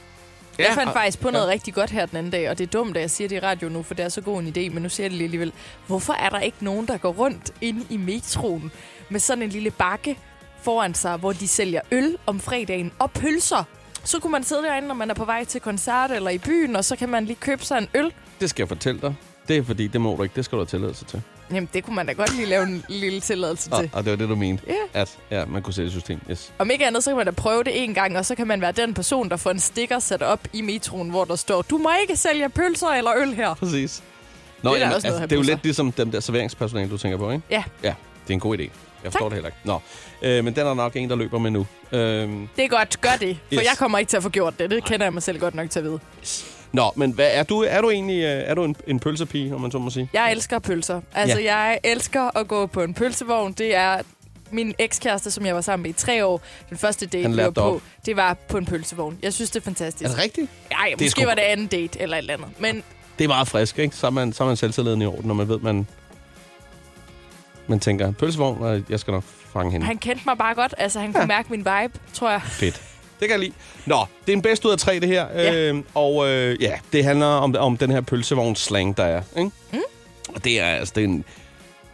[SPEAKER 4] Ja, jeg fandt
[SPEAKER 2] og-
[SPEAKER 4] faktisk på
[SPEAKER 2] ja.
[SPEAKER 4] noget rigtig godt her den anden dag, og det er dumt, at jeg siger det i radio nu, for det er så god en idé, men nu siger jeg det lige alligevel. Hvorfor er der ikke nogen, der går rundt inde i metroen med sådan en lille bakke foran sig, hvor de sælger øl om fredagen og pølser? Så kunne man sidde derinde, når man er på vej til koncert eller i byen, og så kan man lige købe sig en øl.
[SPEAKER 3] Det skal jeg fortælle dig. Det er fordi, det må du ikke. Det skal du have tilladelse til.
[SPEAKER 4] Jamen, det kunne man da godt lige lave en lille tilladelse
[SPEAKER 3] Og,
[SPEAKER 2] Ah.
[SPEAKER 4] til.
[SPEAKER 3] og det var det, du mente.
[SPEAKER 4] Ja.
[SPEAKER 3] At ja, man kunne sætte et system. Yes.
[SPEAKER 4] Om ikke andet, så kan man da prøve det en gang, og så kan man være den person, der får en stikker sat op i metroen, hvor der står, du må ikke sælge pølser eller øl her.
[SPEAKER 3] Præcis.
[SPEAKER 4] Det er
[SPEAKER 3] Nå,
[SPEAKER 4] da
[SPEAKER 3] det, jamen,
[SPEAKER 4] også
[SPEAKER 3] altså,
[SPEAKER 4] noget at have
[SPEAKER 3] det er jo
[SPEAKER 4] på sig.
[SPEAKER 3] lidt ligesom dem der serveringspersonale, du tænker på, ikke?
[SPEAKER 4] Ja,
[SPEAKER 3] Ja, det er en god idé. Jeg forstår det heller ikke. Nå, øh, men den er nok en, der løber med nu. Øh,
[SPEAKER 4] det er godt. Gør det, for
[SPEAKER 3] Yes.
[SPEAKER 4] jeg kommer ikke til at få gjort det. Det kender jeg mig selv godt nok til at vide.
[SPEAKER 3] nå, men hvad, er, du, er du egentlig øh, er du en, en pølsepige, om man så må sige?
[SPEAKER 4] Jeg elsker pølser. Altså,
[SPEAKER 3] Ja.
[SPEAKER 4] ja. jeg elsker at gå på en pølsevogn. Det er min ekskæreste, som jeg var sammen med i tre år, den første date,
[SPEAKER 3] Han
[SPEAKER 4] vi
[SPEAKER 3] lærte
[SPEAKER 4] var
[SPEAKER 3] dig
[SPEAKER 4] på,
[SPEAKER 3] op.
[SPEAKER 4] det var på en pølsevogn. Jeg synes, det er fantastisk.
[SPEAKER 3] Er det rigtigt?
[SPEAKER 4] Nej,
[SPEAKER 3] Det er
[SPEAKER 4] måske
[SPEAKER 3] sgu-
[SPEAKER 4] var det anden date eller et eller andet. Men
[SPEAKER 3] Det er meget frisk, ikke? Så er man, så er man selvtilliden i orden, når man ved, man... Man tænker, pølsevogn, og jeg skal nok fange hende.
[SPEAKER 4] han kendte mig bare godt. Altså, han kunne mærke min vibe, tror jeg.
[SPEAKER 3] Fedt. Det kan jeg lide. Nå, det er en bedst ud af tre, det her. Ja. Øh, og øh, ja, det handler om, om den her pølsevogns-slang, der er. Ikke? Mm. Og det er altså, det er en...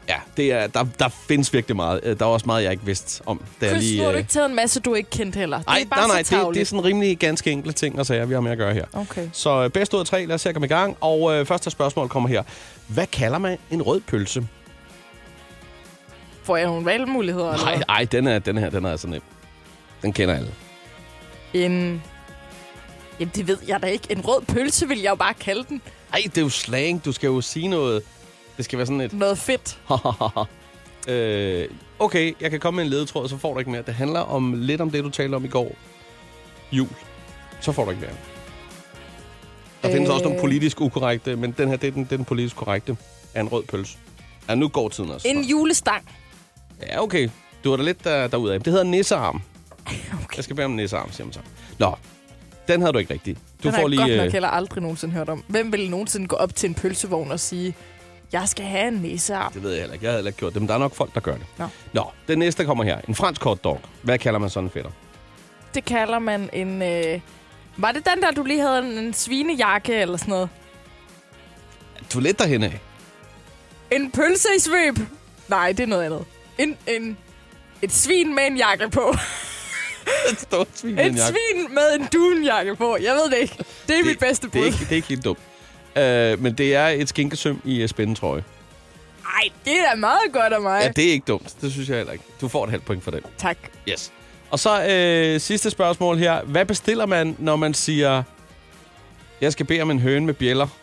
[SPEAKER 3] Ja, det er, der, der findes virkelig meget. Øh, Der er også meget, jeg ikke vidste om. Da jeg
[SPEAKER 4] Chris, lige, nu har
[SPEAKER 3] øh,
[SPEAKER 4] du ikke taget en masse, du ikke kendte heller. Det
[SPEAKER 3] Nej,
[SPEAKER 4] er bare
[SPEAKER 3] nej, nej,
[SPEAKER 4] så
[SPEAKER 3] det, det er
[SPEAKER 4] tarveligt.
[SPEAKER 3] sådan rimelig ganske enkle ting og sager, vi har med at gøre her.
[SPEAKER 4] Okay.
[SPEAKER 3] Så øh, bedst ud af tre, lad os se at komme i gang. Og øh, første spørgsmål kommer her. Hvad kalder man en rød pølse?
[SPEAKER 4] Får jeg nogle valgmuligheder? eller
[SPEAKER 3] Nej,
[SPEAKER 4] hvad?
[SPEAKER 3] nej, den, er, den her, den er altså nem. Den kender alle.
[SPEAKER 4] En... Jamen, det ved jeg da ikke. En rød pølse vil jeg jo bare kalde den.
[SPEAKER 3] Nej, det er jo slang. Du skal jo sige noget. Det skal være sådan et...
[SPEAKER 4] Noget fedt.
[SPEAKER 3] øh, okay, jeg kan komme med en ledetråd, så får du ikke mere. Det handler om lidt om det, du talte om i går. Jul. Så får du ikke mere. Der findes
[SPEAKER 4] Øh.
[SPEAKER 3] også nogle politisk ukorrekte, men den her, det er den, det er den politisk korrekte. Er en rød pølse. Ja, nu går tiden også.
[SPEAKER 4] En julestang.
[SPEAKER 3] Ja, okay. Du var da lidt der, derudad. Det hedder nissearm. Okay. Jeg skal bede om en nissearm, siger man så. Nå, den havde du ikke rigtig. Du
[SPEAKER 4] den har jeg godt
[SPEAKER 3] øh,
[SPEAKER 4] nok heller aldrig nogensinde hørt om. Hvem ville nogensinde gå op til en pølsevogn og sige, Jeg skal have en næsearm.
[SPEAKER 3] Det ved jeg heller ikke. Jeg havde heller ikke gjort det, men der er nok folk, der gør det.
[SPEAKER 4] Nå.
[SPEAKER 3] Nå, den næste kommer her. En fransk hot dog. Hvad kalder man sådan en fætter?
[SPEAKER 4] Det kalder man en... Øh... Var det den der, du lige havde en, en svinejakke eller sådan noget?
[SPEAKER 3] Du er lidt derhen af. [LAUGHS]
[SPEAKER 4] En pølse i svøb? Nej, det er noget andet. En, en, et svin med en jakke på.
[SPEAKER 3] Et stort svin med en
[SPEAKER 4] Et
[SPEAKER 3] jakke.
[SPEAKER 4] svin med en dunjakke på. Jeg ved det ikke. Det er det, mit bedste
[SPEAKER 3] Det
[SPEAKER 4] bud.
[SPEAKER 3] er ikke, det er ikke helt dumt. Øh, men det er et skinkesøm i øh, spændetrøje.
[SPEAKER 4] Nej, det er da meget godt af mig.
[SPEAKER 3] Ja, det er ikke dumt. Det synes jeg heller ikke. Du får et halvt point for den.
[SPEAKER 4] Tak.
[SPEAKER 3] Yes. Og så øh, sidste spørgsmål her. Hvad bestiller man, når man siger, jeg skal bede om en høne med bjæller? [LAUGHS]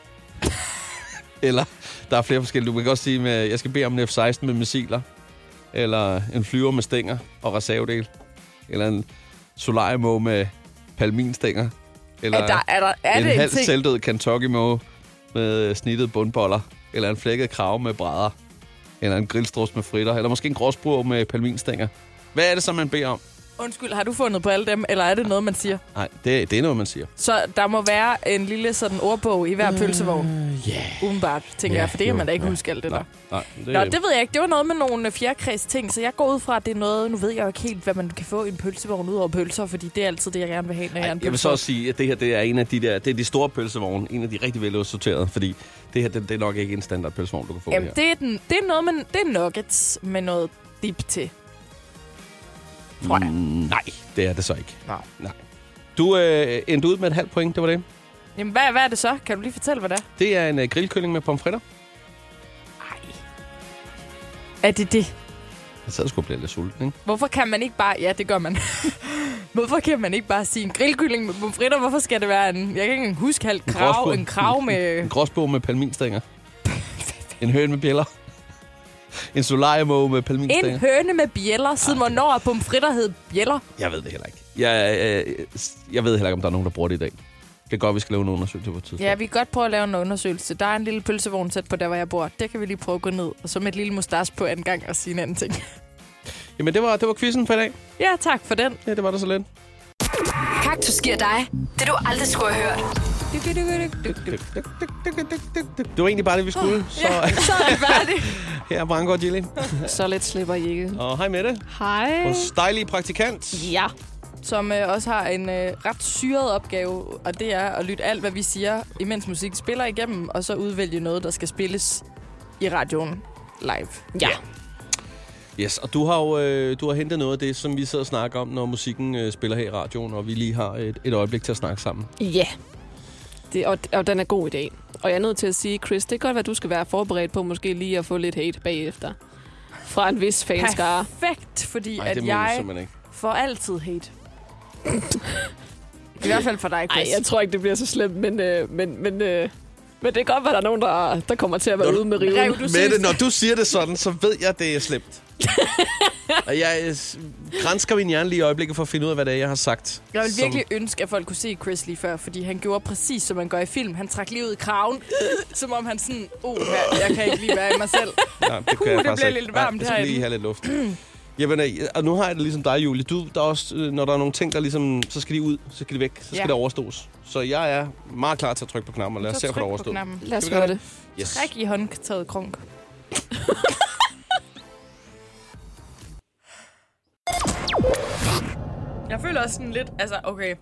[SPEAKER 3] Eller, der er flere forskellige. Du kan godt sige, med, jeg skal bede om en F-16 med missiler. Eller en flyver med stænger og reservedel. Eller en solariemåge med palminstænger. Eller
[SPEAKER 4] Er der- er der- er
[SPEAKER 3] en
[SPEAKER 4] det en
[SPEAKER 3] halv
[SPEAKER 4] ting?
[SPEAKER 3] selvdød Kentucky-måge med øh, snittede bundboller. Eller en flækket krav med brædder. Eller en grillstrus med fritter. Eller måske en gråsbrug med palminstænger. Hvad er det så, man beder om?
[SPEAKER 4] Undskyld, har du fundet på alle dem, eller er det noget, man siger?
[SPEAKER 3] Nej, det, det er noget, man siger.
[SPEAKER 4] Så der må være en lille sådan ordbog i hver pølsevogn.
[SPEAKER 3] Øh, Ja.
[SPEAKER 4] Umiddelbart, tænker
[SPEAKER 3] Ja,
[SPEAKER 4] jeg, for det
[SPEAKER 3] jo,
[SPEAKER 4] kan man da ikke
[SPEAKER 3] ja.
[SPEAKER 4] huske alt det der.
[SPEAKER 3] Nej, det,
[SPEAKER 4] Nå, det ved jeg ikke. Det var noget med nogle fjerkræs ting, så jeg går ud fra, at det er noget... Nu ved jeg jo ikke helt, hvad man kan få i en pølsevogn ud over pølser, fordi det er altid det, jeg gerne vil have, når jeg er en
[SPEAKER 3] Jeg vil
[SPEAKER 4] pølse.
[SPEAKER 3] så også sige, at det her det er en af de der, det er de store pølsevogne, en af de rigtig veludsorterede, fordi det her det, det er nok ikke en standard pølsevogn, du kan få
[SPEAKER 4] Jamen,
[SPEAKER 3] her.
[SPEAKER 4] det er, den, det er noget med... Det er nuggets med noget dip til.
[SPEAKER 3] tror jeg. Mm, nej, det er det så ikke.
[SPEAKER 4] Nej.
[SPEAKER 3] nej. Du øh, endte ud med et halvt point, det var det.
[SPEAKER 4] Jamen, hvad, hvad er det så? Kan du lige fortælle, hvad det er?
[SPEAKER 3] Det er en øh, grillkylling med pomfritter.
[SPEAKER 4] Er det det?
[SPEAKER 3] Jeg sad sgu og blev lidt sulten, ikke?
[SPEAKER 4] Hvorfor kan man ikke bare... Ja, det gør man. [LAUGHS] Hvorfor kan man ikke bare sige en grillkylling med pomfritter? Hvorfor skal det være en... Jeg kan ikke engang huske halv krav,
[SPEAKER 3] gråsbog-
[SPEAKER 4] en
[SPEAKER 3] [LAUGHS]
[SPEAKER 4] krav
[SPEAKER 3] En
[SPEAKER 4] med...
[SPEAKER 3] gråsbog med palminstænger. [LAUGHS] en høn med bjæller. en solariemåge med palminstænger.
[SPEAKER 4] En høne med bjæller, siden
[SPEAKER 3] Ah,
[SPEAKER 4] hvornår er pomfritter hed bjæller?
[SPEAKER 3] Jeg ved det heller ikke. Jeg, øh, jeg ved heller ikke, om der er nogen, der bruger det i dag. Det er godt, vi skal lave en undersøgelse på et tidspunkt.
[SPEAKER 4] Ja, vi kan godt prøve at lave en undersøgelse. Der er en lille pølsevogn tæt på der, hvor jeg bor. Det kan vi lige prøve at gå ned, og så med et lille mustache på anden gang og sige en anden ting.
[SPEAKER 3] Jamen, det var, det var quizzen for i dag.
[SPEAKER 4] Ja, tak for den.
[SPEAKER 3] Ja, det var da så lidt.
[SPEAKER 2] Kaktus giver dig det, du aldrig skulle have hørt.
[SPEAKER 3] Det var egentlig bare det, vi skulle. Så [LAUGHS]
[SPEAKER 4] så er det færdigt.
[SPEAKER 3] her er Branko og Jilly.
[SPEAKER 12] Så lidt slipper I ikke.
[SPEAKER 3] Og hej med det.
[SPEAKER 12] Hej.
[SPEAKER 3] Vores dejlige praktikant.
[SPEAKER 12] Ja.
[SPEAKER 4] Som øh, også har en øh, ret syret opgave, og det er at lytte alt, hvad vi siger, imens musik spiller igennem, og så udvælge noget, der skal spilles i radioen live. Ja.
[SPEAKER 3] Yes, og du har jo øh, du har hentet noget af det, som vi sidder og snakker om, når musikken øh, spiller her i radioen, og vi lige har et, et øjeblik til at snakke sammen.
[SPEAKER 12] Ja. Det, og, og den er god i dag. Og jeg er nødt til at sige, Chris, det kan godt være, du skal være forberedt på måske lige at få lidt hate bagefter. Fra en vis fanskare.
[SPEAKER 4] Perfekt, fordi
[SPEAKER 3] Ej,
[SPEAKER 4] Ej, at
[SPEAKER 3] det må vi
[SPEAKER 4] jeg
[SPEAKER 3] simpelthen ikke.
[SPEAKER 4] får altid hate. [LAUGHS] I hvert fald for dig,
[SPEAKER 12] Nej,
[SPEAKER 4] Chris.
[SPEAKER 12] jeg tror ikke, det bliver så slemt, men, øh, men, men, øh, men det kan godt være, der er nogen, der, der kommer til at være ude med riven.
[SPEAKER 3] [LAUGHS] Mette, når du siger det sådan, så ved jeg, det er
[SPEAKER 4] [LAUGHS]
[SPEAKER 3] slemt. og jeg øh, s- grænsker min hjerne lige i øjeblikket for at finde ud af, hvad det er, jeg har sagt.
[SPEAKER 4] Jeg ville
[SPEAKER 3] som-
[SPEAKER 4] virkelig ønske, at folk kunne se Chris lige før, fordi han gjorde præcis, som man gør i film. Han trak lige ud i
[SPEAKER 3] [LAUGHS]
[SPEAKER 4] kraven, som om han sådan, oh, her, jeg kan ikke lige være i mig selv.
[SPEAKER 3] Nej, det kan
[SPEAKER 4] Uh,
[SPEAKER 3] jeg
[SPEAKER 4] det
[SPEAKER 3] faktisk
[SPEAKER 4] bliver
[SPEAKER 3] ikke.
[SPEAKER 4] lidt varmt
[SPEAKER 3] Nej, jeg skal lige
[SPEAKER 4] herinde.
[SPEAKER 3] have lidt
[SPEAKER 4] [CLEARS THROAT]
[SPEAKER 3] luft. Jamen, øh, og nu har jeg det ligesom dig, Julie. Du, der er også, øh, når der er nogle ting, der ligesom, så skal de ud, så skal de væk, så skal
[SPEAKER 4] Ja.
[SPEAKER 3] ja. det overstås. Så jeg er meget klar til at trykke på knappen, og lad os se, om det overstået.
[SPEAKER 4] Lad os
[SPEAKER 3] Skal vi
[SPEAKER 4] gøre
[SPEAKER 3] gøre
[SPEAKER 4] det.
[SPEAKER 3] det? Yes.
[SPEAKER 4] Træk i håndtaget krunk. [LAUGHS] jeg føler også sådan lidt, altså okay,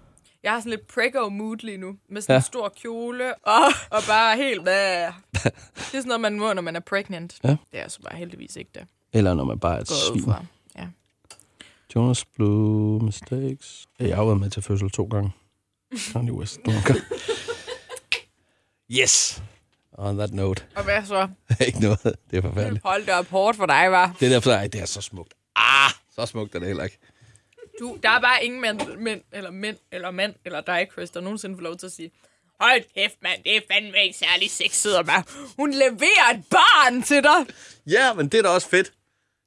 [SPEAKER 4] jeg har sådan lidt prego-mood lige nu, med sådan ja.
[SPEAKER 3] Ja.
[SPEAKER 4] en stor kjole, og, og bare helt, hvad? det er sådan noget, man må, når man er pregnant.
[SPEAKER 3] Ja.
[SPEAKER 4] Det er jeg så bare heldigvis ikke det.
[SPEAKER 3] Eller når man bare er et
[SPEAKER 4] Går jeg ud
[SPEAKER 3] svin.
[SPEAKER 4] fra. Ja.
[SPEAKER 3] Jonas Blue Mistakes. Jeg har været med til fødsel to gange. Kanye West. Nogle gange. yes! On that note. [LAUGHS]
[SPEAKER 4] Og hvad så?
[SPEAKER 3] Ikke noget. Det er forfærdeligt.
[SPEAKER 4] Hold da op hårdt for dig, var.
[SPEAKER 3] Det der, ej, det er så smukt. Ah, så smukt er det heller ikke.
[SPEAKER 4] Du, der er bare ingen mænd, mænd, eller mænd, eller mand, eller dig, Chris, der nogensinde får lov til at sige, hold kæft, mand, det er fandme ikke særlig sexet, og bare, hun leverer et barn til dig.
[SPEAKER 3] Ja, men det er da også fedt.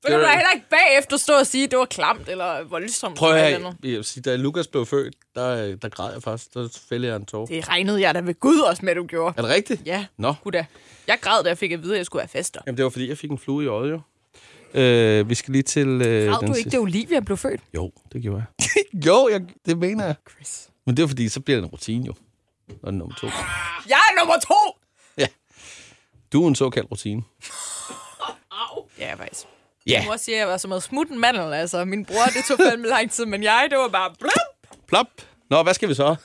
[SPEAKER 4] Så kan du da heller ikke bagefter stå og sige, at det var klamt, eller voldsomt.
[SPEAKER 3] Prøv
[SPEAKER 4] eller
[SPEAKER 3] at
[SPEAKER 4] et eller
[SPEAKER 3] høre,
[SPEAKER 4] andet.
[SPEAKER 3] jeg vil sige, da Lukas blev født, der, der græd jeg faktisk. Der fældte jeg en tår.
[SPEAKER 4] Det regnede jeg da ved Gud også med, du gjorde.
[SPEAKER 3] Er det rigtigt?
[SPEAKER 4] Ja,
[SPEAKER 3] Nå.
[SPEAKER 4] Gud da. Jeg græd, da jeg fik at vide, at jeg skulle have fester.
[SPEAKER 3] Jamen, det var fordi, jeg fik en flue i øjet, jo. Øh, vi skal lige til... Øh,
[SPEAKER 4] Græd du ikke,
[SPEAKER 3] sidste-
[SPEAKER 4] det Olivia blev født?
[SPEAKER 3] Jo, det gjorde jeg. [LAUGHS] jo, jeg, det mener jeg. Chris. Men det er
[SPEAKER 4] Ah.
[SPEAKER 3] fordi, så bliver det en rutine, jo. Og nummer to.
[SPEAKER 4] Jeg er nummer to!
[SPEAKER 3] Ja. Du er en såkaldt rutine.
[SPEAKER 4] Ja, faktisk.
[SPEAKER 3] Ja.
[SPEAKER 4] Min mor siger, at jeg var som noget smut en mandel, altså. Min bror, det tog fandme lang tid, men jeg, det var bare blop,
[SPEAKER 3] Plop. Nå, hvad skal vi så?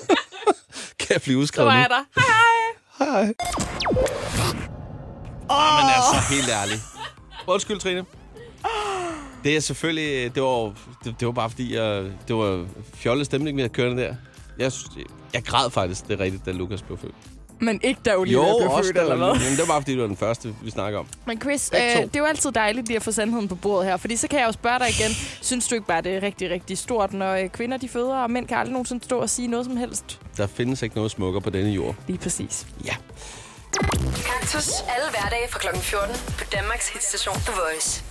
[SPEAKER 3] [LAUGHS] kan jeg blive
[SPEAKER 4] så
[SPEAKER 3] udskrevet
[SPEAKER 4] var
[SPEAKER 3] nu?
[SPEAKER 4] jeg der. Hej,
[SPEAKER 3] hej. Hej. Oh. Men altså, helt ærligt. Undskyld, Trine. Det er selvfølgelig... Det var, det, det var bare fordi, jeg, det var fjollet stemning, vi havde kørende der. Jeg, synes- jeg græd faktisk, det er rigtigt, da Lukas blev født.
[SPEAKER 4] Men ikke da Olivia jo, blev født,
[SPEAKER 3] da-
[SPEAKER 4] eller hvad?
[SPEAKER 3] Men det var bare fordi, det var den første, vi snakker om.
[SPEAKER 4] Men Chris, øh,
[SPEAKER 3] Begge to.
[SPEAKER 4] det er jo altid dejligt lige at få sandheden på bordet her, fordi så kan jeg jo spørge dig igen, synes du ikke bare, det er rigtig, rigtig stort, når øh, kvinder de føder, og mænd kan aldrig nogensinde stå og sige noget som helst?
[SPEAKER 3] Der findes ikke noget smukker på denne jord.
[SPEAKER 4] Lige præcis.
[SPEAKER 3] Ja.
[SPEAKER 2] Kaktus. Alle hverdage fra kl. 14 på Danmarks hitstation The Voice.